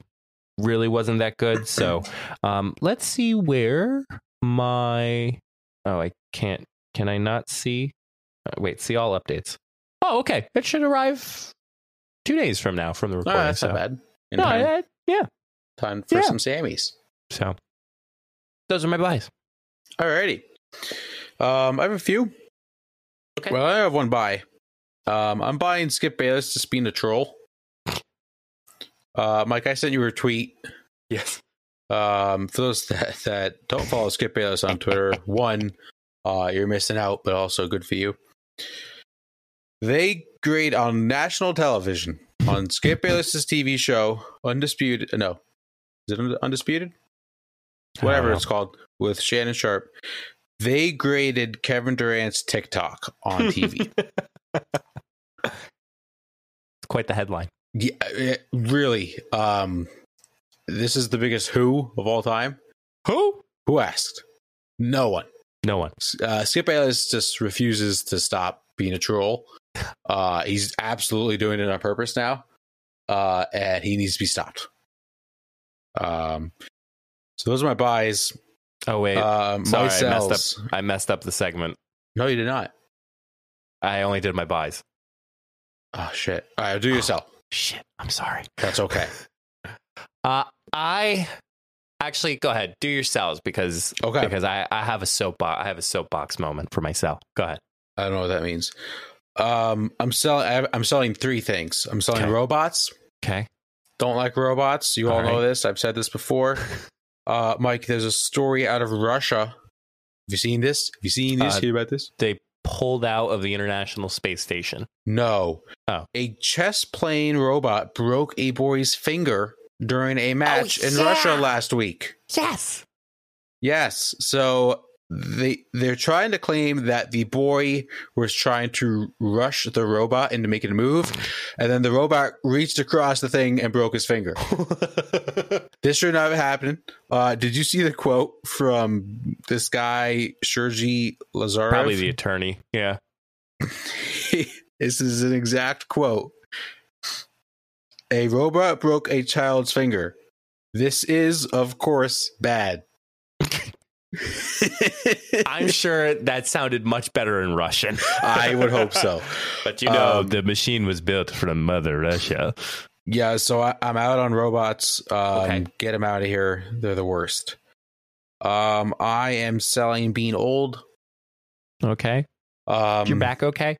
S2: Really wasn't that good. So, um, let's see where my. Oh, I can't. Can I not see? Uh, wait, see all updates. Oh, okay. It should arrive two days from now from the
S1: No,
S2: recording.
S1: Oh, that's
S2: so.
S1: not bad. In
S2: No,
S1: time,
S2: I- I- yeah.
S1: time for
S2: yeah.
S1: some Sammys.
S2: So those are my buys.
S1: Alrighty. Um, I have a few.
S2: Okay.
S1: Well, I have one buy. Um, I'm buying Skip Bayless to spin a troll. Uh, Mike, I sent you a tweet.
S2: Yes.
S1: Um, for those that, that don't follow Skip Bayless on Twitter, one, uh, you're missing out, but also good for you. They grade on national television on Skip Bayless's TV show, Undisputed. No, is it Undisputed? Whatever it's called with Shannon Sharp. They graded Kevin Durant's TikTok on TV.
S2: It's quite the headline.
S1: yeah, it- really. Um, this is the biggest who of all time.
S2: Who?
S1: Who asked? No one.
S2: No one.
S1: uh, Skip Bayless just refuses to stop being a troll. Uh, he's absolutely doing it on purpose now, uh, and he needs to be stopped. Um, so those are my buys.
S2: Oh wait.
S1: Um,
S2: sorry,
S1: my
S2: I messed
S1: sells.
S2: I messed up the segment.
S1: No, you did not.
S2: I only did my buys.
S1: Oh shit! All right, do yourself.
S2: Shit. I'm sorry.
S1: That's okay.
S2: Uh, I actually go ahead. Do your sells because
S1: Okay.
S2: because I I have a soapbox. I have a soapbox moment for myself. Go ahead.
S1: I don't know what that means. Um, I'm selling. I'm selling three things. I'm selling
S2: Okay.
S1: robots.
S2: Okay.
S1: Don't like robots. You all,
S2: All
S1: know
S2: right.
S1: this. I've said this before. Uh, Mike, there's a story out of Russia. Have you seen this? Have you seen this?
S2: Uh,
S1: Hear about this?
S2: They pulled out of the International Space Station.
S1: No.
S2: Oh.
S1: A chess playing robot broke a boy's finger during a match in
S2: yeah.
S1: Russia last week.
S2: Yes.
S1: Yes. So they they're trying to claim that the boy was trying to rush the robot into making a move, and then the robot reached across the thing and broke his finger. This should not have happened. Uh, did you see the quote from this guy, Sergey Lazarev?
S2: Probably the attorney. Yeah.
S1: this is an exact quote. A robot broke a child's finger. This is, of course, bad.
S2: I'm sure that sounded much better in Russian.
S1: I would hope so.
S2: But you know,
S1: Um,
S2: the machine was built from Mother Russia.
S1: Yeah, so I, I'm out on robots. Um,
S2: Okay.
S1: Get them out of here. They're the worst. Um, I am selling being old.
S2: Okay.
S1: Um,
S2: Your back okay?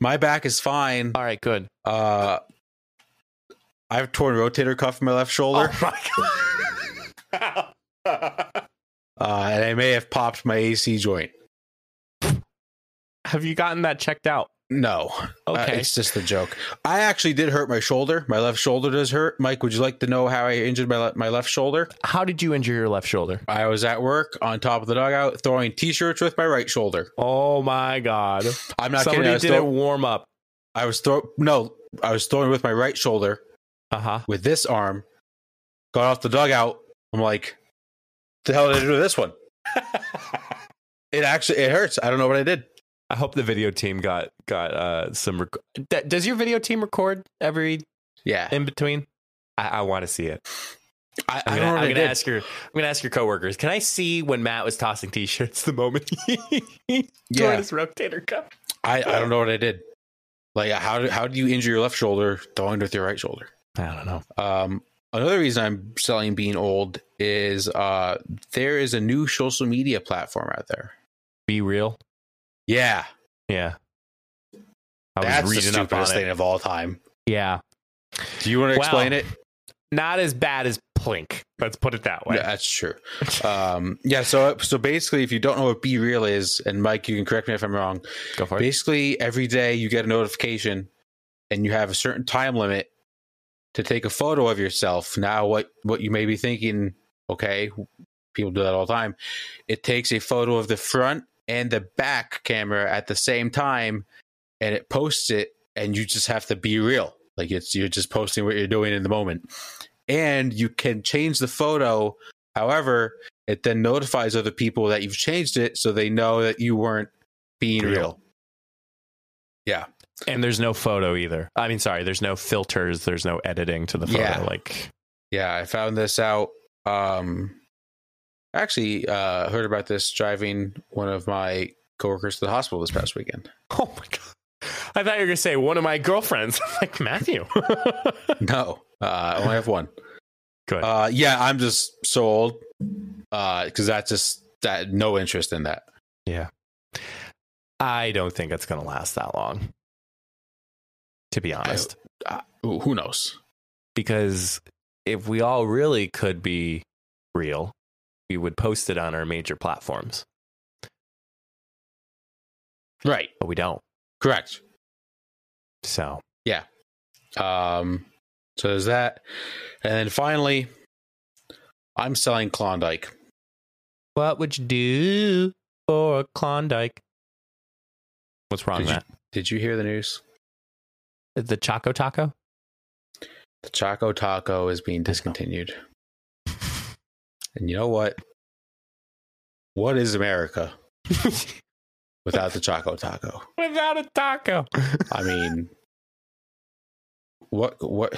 S1: My back is fine.
S2: All right, good.
S1: Uh, I have torn rotator cuff in my left
S2: Oh
S1: shoulder,
S2: my God. Oh.
S1: uh, and I may have popped my AC joint.
S2: Have you gotten that checked out?
S1: No, Uh,
S2: Okay.
S1: it's just a joke. I actually did hurt my shoulder. My left shoulder does hurt. Mike, would you like to know how I injured my le- my left shoulder?
S2: How did you injure your left shoulder?
S1: I was at work on top of the dugout throwing t-shirts with my right shoulder.
S2: Oh my God.
S1: I'm not
S2: Somebody
S1: kidding. I was,
S2: did
S1: throw-
S2: a warm up.
S1: I was throw no. I was throwing with my right shoulder
S2: Uh huh.
S1: with this arm. Got off the dugout. I'm like, the hell did I do with this one? it actually it hurts. I don't know what I did.
S2: I hope the video team got got uh some. Rec- D- Does your video team record every
S1: Yeah,
S2: in between? I, I want to see it.
S1: I, I don't
S2: I'm
S1: know
S2: gonna,
S1: what
S2: I'm
S1: I
S2: gonna
S1: did.
S2: ask your I'm gonna ask your coworkers. Can I see when Matt was tossing t-shirts the moment he tore
S1: yeah,
S2: his rotator cuff?
S1: I, I don't know what I did. Like how do, how do you injure your left shoulder throwing with your right shoulder?
S2: I don't know.
S1: Um, another reason I'm selling being old is uh, there is a new social media platform out there.
S2: Be real.
S1: Yeah,
S2: Yeah. I
S1: that's
S2: was
S1: the
S2: reading up on
S1: stupidest
S2: it.
S1: thing of all time.
S2: Yeah.
S1: Do you want to
S2: Wow.
S1: explain it?
S2: Not as bad as Plink. Let's put it that way.
S1: Yeah, that's true. Um, yeah, so so basically, if you don't know what Be Real is, and Mike, you can correct me if I'm wrong.
S2: Go for
S1: Basically, every day you get a notification, and you have a certain time limit to take a photo of yourself. Now, what what you may be thinking? Okay, people do that all the time. It takes a photo of the front and the back camera at the same time, and it posts it, and you just have to be real. Like it's you're just posting what you're doing in the moment, and you can change the photo. However, it then notifies other people that you've changed it, so they know that you weren't being
S2: Real.
S1: real.
S2: And there's no photo either. I mean, sorry, there's no filters, there's no editing to the photo.
S1: Yeah.
S2: Like
S1: Yeah, I found this out. Um, actually, uh, heard about this driving one of my coworkers to the hospital this past weekend.
S2: Oh my god. I thought you were gonna say one of my girlfriends. I'm like Matthew.
S1: No, uh, I only have one.
S2: Good.
S1: Uh, yeah, I'm just so old because that just that no interest in that.
S2: I don't think it's gonna last that long. To be honest.
S1: Who who knows?
S2: because if we all really could be real, we would post it on our major platforms,
S1: Right,
S2: but we don't.
S1: correct.
S2: So
S1: Um, so there's that, and then finally, I'm selling Klondike.
S2: what would you do for a Klondike? What's wrong
S1: Did
S2: with
S1: you-
S2: that?
S1: Did you hear the news?
S2: The Choco Taco?
S1: The Choco Taco is being discontinued. And you know what? What is America without the Choco Taco?
S2: Without a taco.
S1: I mean, what what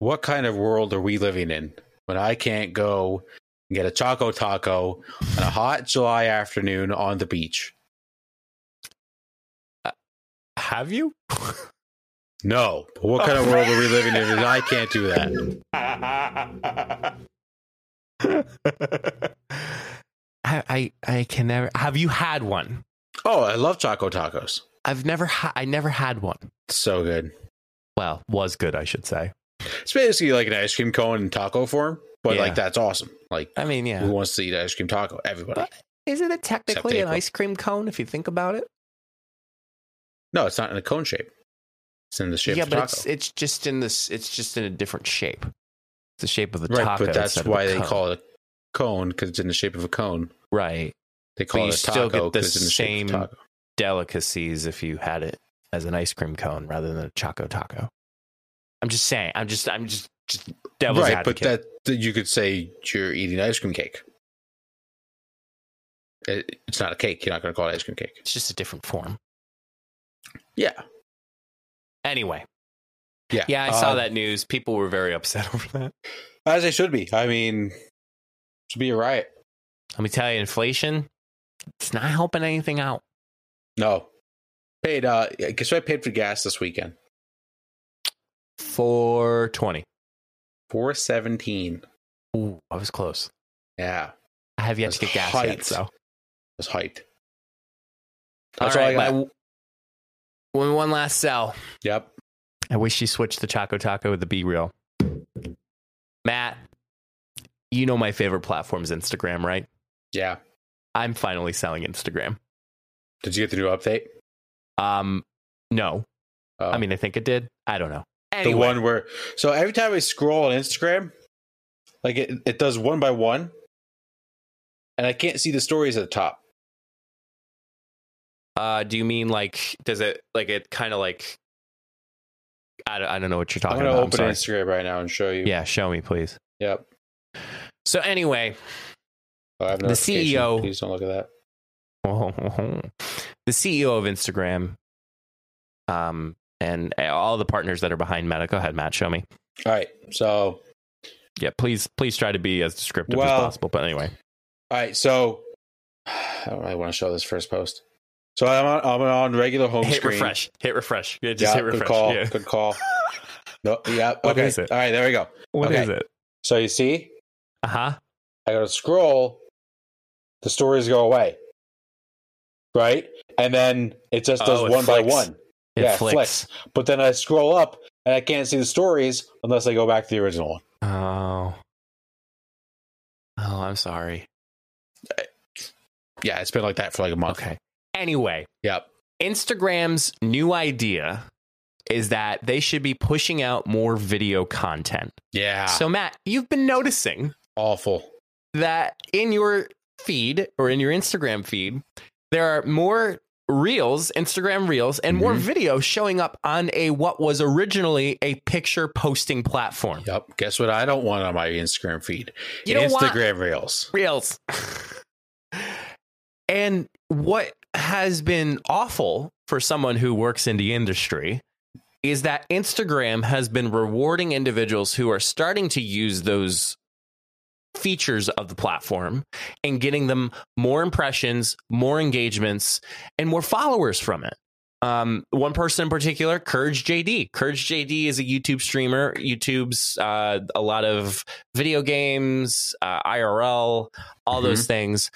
S1: what kind of world are we living in when I can't go and get a Choco Taco on a hot July afternoon on the beach?
S2: Have you?
S1: No. What kind of world are we living in that I can't do that?
S2: I, I I can never have you had one?
S1: Oh, I love Choco Tacos.
S2: I've never ha- I never had one.
S1: So good.
S2: Well, was good, I should say.
S1: It's basically like an ice cream cone in taco form, but
S2: Yeah.
S1: like that's awesome. Like
S2: I mean, yeah.
S1: Who wants to eat ice cream taco? Everybody.
S2: But- Isn't it technically an
S1: April.
S2: ice cream cone if you think about it?
S1: no, it's not in a cone shape. It's in the shape
S2: yeah,
S1: of a
S2: but
S1: taco.
S2: it's it's just in this it's just in a different shape. It's the shape of the
S1: right,
S2: taco.
S1: but that's
S2: instead of
S1: why
S2: a
S1: they
S2: cone.
S1: call it a cone because it's in the shape of a cone.
S2: right
S1: They call
S2: you
S1: it a taco
S2: still get the
S1: because it's in the shape of a
S2: same-
S1: taco.
S2: delicacies if you had it as an ice cream cone rather than a choco taco. I'm just saying. I'm just I'm just just devil's
S1: Right,
S2: advocate.
S1: but that, that you could say you're eating ice cream cake. It, it's not a cake. You're not going to call it ice cream cake.
S2: it's just a different form.
S1: Yeah,
S2: Anyway,
S1: yeah,
S2: yeah, I saw
S1: Uh,
S2: that news. People were very upset over that.
S1: As they should be. I mean, should be a riot.
S2: Let me tell you, inflation, it's not helping anything out.
S1: No, paid. Uh, guess what I paid for gas this weekend?
S2: Four twenty.
S1: Four seventeen.
S2: Ooh, I was close.
S1: Yeah, I
S2: I have yet
S1: That's
S2: to get gas
S1: hyped.
S2: yet, so
S1: was hyped.
S2: All
S1: That's all
S2: right,
S1: I got.
S2: my- one, one last sell.
S1: Yep.
S2: I wish you switched the Choco Taco with the B Reel. Matt, you know my favorite platform is Instagram, right?
S1: Yeah.
S2: I'm finally selling Instagram.
S1: Did you get the new update?
S2: Um, no,
S1: Oh.
S2: I mean I think it did. I don't know.
S1: the
S2: Anyway,
S1: one where so every time I scroll on Instagram, like it, it does one by one, and I can't see the stories at the top.
S2: uh, do you mean like does it like it kind of like I don't, I don't know what you're
S1: I'm
S2: talking
S1: gonna
S2: about. I'm
S1: open
S2: sorry.
S1: Instagram right now and show you.
S2: Yeah, show me, please.
S1: Yep. Oh,
S2: So anyway,
S1: I have
S2: The E
S1: notification.
S2: CEO.
S1: Please don't look at that.
S2: the CEO of Instagram, um, and all the partners that are behind Meta. Go ahead, Matt. Show me.
S1: All right. So
S2: Yeah, please, please try to be as descriptive
S1: Well-
S2: as possible. But anyway,
S1: All right, so I don't really want to show this first post. So I'm on, I'm on regular home
S2: hit
S1: screen.
S2: refresh. Hit refresh. Yeah,
S1: Yeah,
S2: just hit
S1: good
S2: refresh.
S1: call.
S2: Yeah.
S1: Good call. No, yeah. Okay.
S2: What is it?
S1: All right, there we go.
S2: What
S1: Okay.
S2: is it?
S1: So you see,
S2: Uh huh.
S1: I got to scroll. The stories go away, right? And then it just does
S2: Oh,
S1: one
S2: it
S1: by
S2: flicks.
S1: one.
S2: It
S1: Yeah,
S2: flicks.
S1: flicks. But then I scroll up and I can't see the stories unless I go back to the original one.
S2: Oh. Oh, I'm sorry.
S1: Yeah, it's been like that for like a month.
S2: Okay. Anyway,
S1: Yep.
S2: Instagram's new idea is that they should be pushing out more video content.
S1: Yeah.
S2: So, Matt, you've been noticing
S1: awful.
S2: that in your feed or in your Instagram feed, there are more reels, Instagram reels, and more
S1: Mhm.
S2: video showing up on a what was originally a picture posting platform.
S1: Yep. Guess what? I don't want on my Instagram feed.
S2: You don't want
S1: Instagram reels.
S2: reels. and what has been awful for someone who works in the industry is that Instagram has been rewarding individuals who are starting to use those features of the platform and getting them more impressions, more engagements, and more followers from it. Um, one person in particular, Courage JD. Courage JD is a YouTube streamer. YouTube's uh, a lot of video games, uh, IRL, all those things.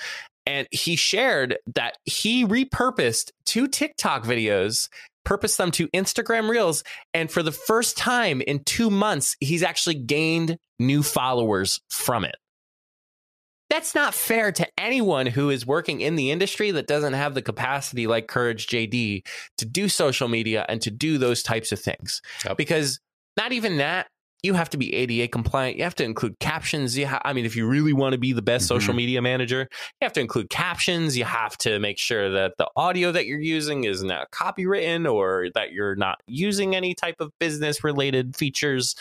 S2: And he shared that he repurposed two TikTok videos, purposed them to Instagram Reels. And for the first time in two months, he's actually gained new followers from it. That's not fair to anyone who is working in the industry that doesn't have the capacity like Courage JD to do social media and to do those types of things.
S1: Yep.
S2: Because not even that, you have to be ADA compliant. You have to include captions. You ha- I mean, if you really want to be the best social media manager, you have to include captions. You have to make sure that the audio that you're using is not copywritten or that you're not using any type of business related features.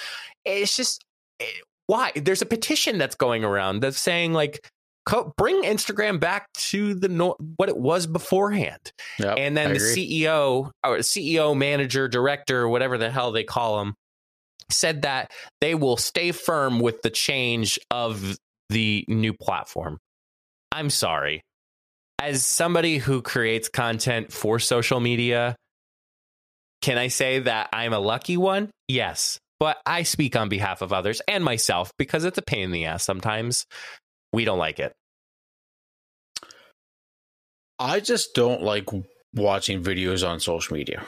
S2: It's just eh, why there's a petition that's going around that's saying like co- bring Instagram back to the no- what it was beforehand
S1: Yep.
S2: and
S1: Oh,
S2: then
S1: I
S2: the
S1: agree.
S2: CEO or CEO, manager, director, whatever the hell they call him, said that they will stay firm with the change of the new platform. I'm sorry. As somebody who creates content for social media, can I say that I'm a lucky one? Yes. But I speak on behalf of others and myself because it's a pain in the ass sometimes. We don't like it.
S1: I just don't like watching videos on social media.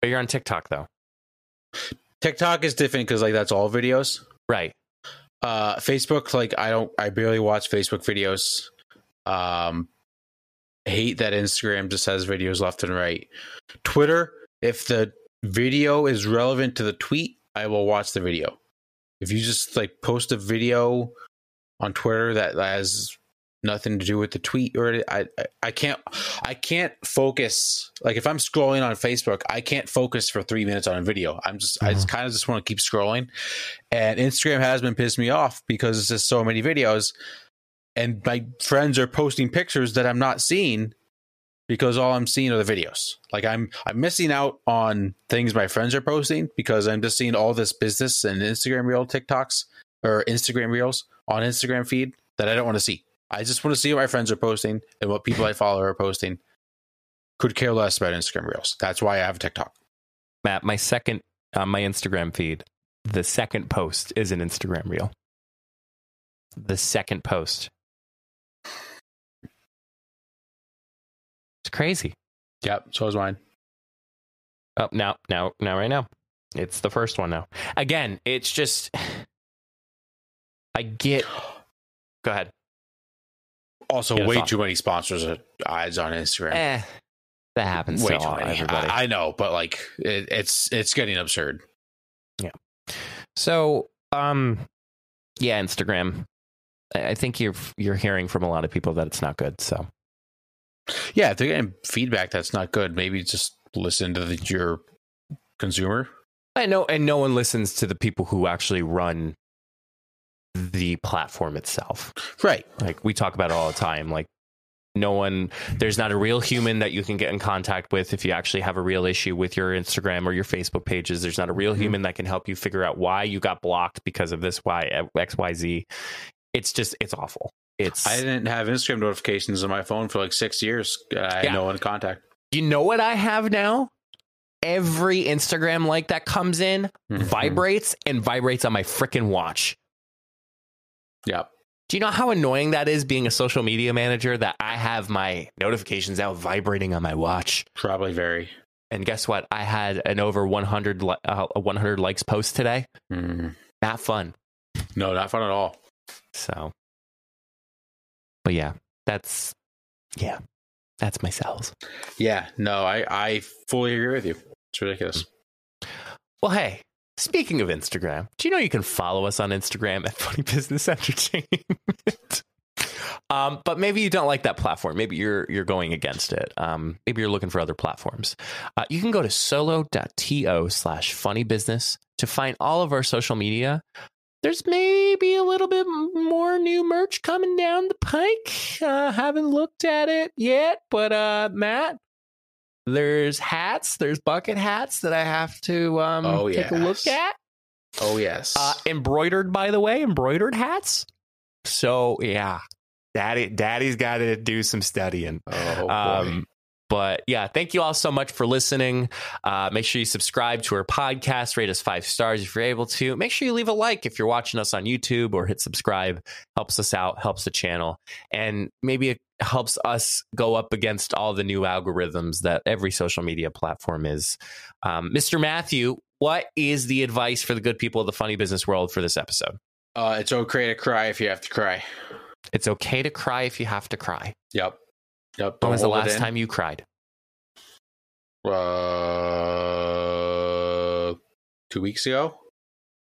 S2: But you're on TikTok though.
S1: TikTok is different because like that's all videos.
S2: Right.
S1: Uh, Facebook, like I don't, I barely watch Facebook videos. Um, I hate that Instagram just has videos left and right. Twitter, if the video is relevant to the tweet, I will watch the video. If you just like post a video on Twitter that has nothing to do with the tweet or I, I I can't I can't focus like if I'm scrolling on Facebook I can't focus for 3 minutes on a video I'm just I just kind of just want to keep scrolling and Instagram has been pissed me off because it's just so many videos and my friends are posting pictures that I'm not seeing because all I'm seeing are the videos. Like I'm I'm missing out on things my friends are posting because I'm just seeing all this business and Instagram reel TikToks or Instagram reels on Instagram feed that I don't want to see. I just want to see what my friends are posting and what people I follow are posting. Could care less about Instagram reels. That's why I have a TikTok.
S2: Matt, my second on my Instagram feed, the second post is an Instagram reel. The second post. It's crazy.
S1: Yep, so is mine.
S2: Oh, now, now, now, right now. It's the first one now. Again, it's just. I get. Go ahead.
S1: Also,
S2: Get a
S1: way
S2: thought.
S1: too many sponsors are ads on Instagram.
S2: Eh, that happens
S1: way
S2: to all,
S1: too many.
S2: everybody.
S1: I, I know, but like it, it's it's getting absurd.
S2: So, um, yeah, Instagram. I I think you're you're hearing from a lot of people that it's not good. So,
S1: Yeah, if they're getting feedback that's not good, maybe just listen to the, your consumer.
S2: I know, and no one listens to the people who actually run the platform itself.
S1: Right.
S2: Like we talk about it all the time. Like no one, there's not a real human that you can get in contact with if you actually have a real issue with your Instagram or your Facebook pages. There's not a real
S1: Mhm.
S2: human that can help you figure out why you got blocked because of this, why X, Y, Z. It's just, it's awful. It's
S1: I didn't have Instagram notifications on my phone for like six years. I had
S2: Yeah.
S1: no one in contact.
S2: You know what I have now? Every Instagram like that comes in
S1: Mm-hmm.
S2: vibrates and vibrates on my freaking watch.
S1: Yep.
S2: Do you know how annoying that is being a social media manager that I have my notifications out vibrating on my watch?
S1: Probably very.
S2: And guess what? I had an over 100 li- uh, a 100 likes post today.
S1: Mm.
S2: Not fun.
S1: No, not fun at all.
S2: So But yeah, that's yeah. That's my sales.
S1: Yeah. No, I, I fully agree with you. It's ridiculous.
S2: Well, hey, speaking of Instagram, do you know you can follow us on Instagram at Funny Business Entertainment? um, but maybe you don't like that platform. Maybe you're you're going against it. Um, maybe you're looking for other platforms. Uh, you can go to solo.to slash funny business to find all of our social media. There's maybe a little bit more new merch coming down the pike. Uh, haven't looked at it yet, but uh, Matt, there's hats, there's bucket hats that I have to um,
S1: Oh,
S2: take a
S1: yes.
S2: look at.
S1: Oh, yes.
S2: Uh, embroidered, by the way, embroidered hats. So yeah, daddy, daddy's got to do some studying.
S1: oh, boy.
S2: Um, but yeah, thank you all so much for listening. Uh, make sure you subscribe to our podcast, rate us five stars if you're able to. Make sure you leave a like if you're watching us on YouTube or hit subscribe. Helps us out, helps the channel, and maybe it helps us go up against all the new algorithms that every social media platform is. Um, Mr. Matthew, what is the advice for the good people of the funny business world for this episode?
S1: Uh, it's okay to cry if you have to cry.
S2: It's okay to cry if you have to cry.
S1: Yep. Yep.
S2: When was the
S1: hold it
S2: last
S1: in.
S2: time you cried?
S1: Uh, two weeks ago.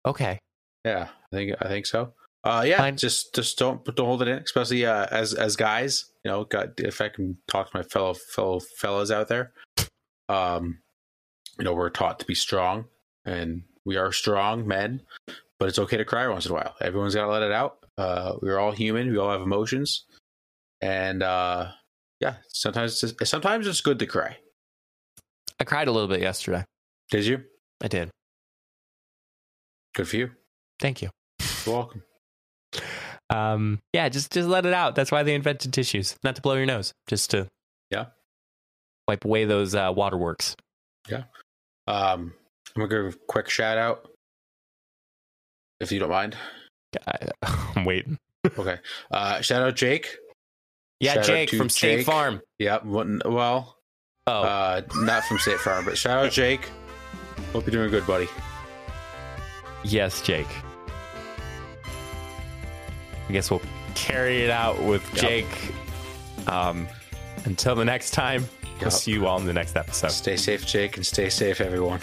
S2: Okay.
S1: Yeah, I think I think so. Uh, yeah,
S2: Fine.
S1: just just don't don't hold it in, especially uh, as as guys. You know, God, if I can talk to my fellow fellow fellows out there, um, you know, we're taught to be strong, and we are strong men, but it's okay to cry once in a while. Everyone's got to let it out. Uh, we're all human. We all have emotions, and uh, yeah, sometimes it's just, sometimes it's good to cry.
S2: I cried a little bit yesterday.
S1: Did you?
S2: I did.
S1: Good for you.
S2: Thank you.
S1: You're welcome.
S2: Um, yeah, just just let it out. That's why they invented tissues, not to blow your nose, just to
S1: Yeah.
S2: wipe away those uh, waterworks.
S1: Um, I'm gonna give a quick shout out, if you don't mind.
S2: I, I'm waiting.
S1: Okay. Uh, shout out Jake.
S2: Yeah,
S1: Shout out
S2: Jake
S1: to
S2: from State
S1: Jake.
S2: Farm.
S1: Yep. one- Well,
S2: Oh,
S1: uh, not from State Farm, but shout out Jake. Hope you're doing good, buddy.
S2: yes, Jake. I guess we'll carry it out with Jake. Um, until the next time, we'll
S1: Yep.
S2: see you all in the next episode.
S1: Stay safe, Jake, and stay safe, everyone.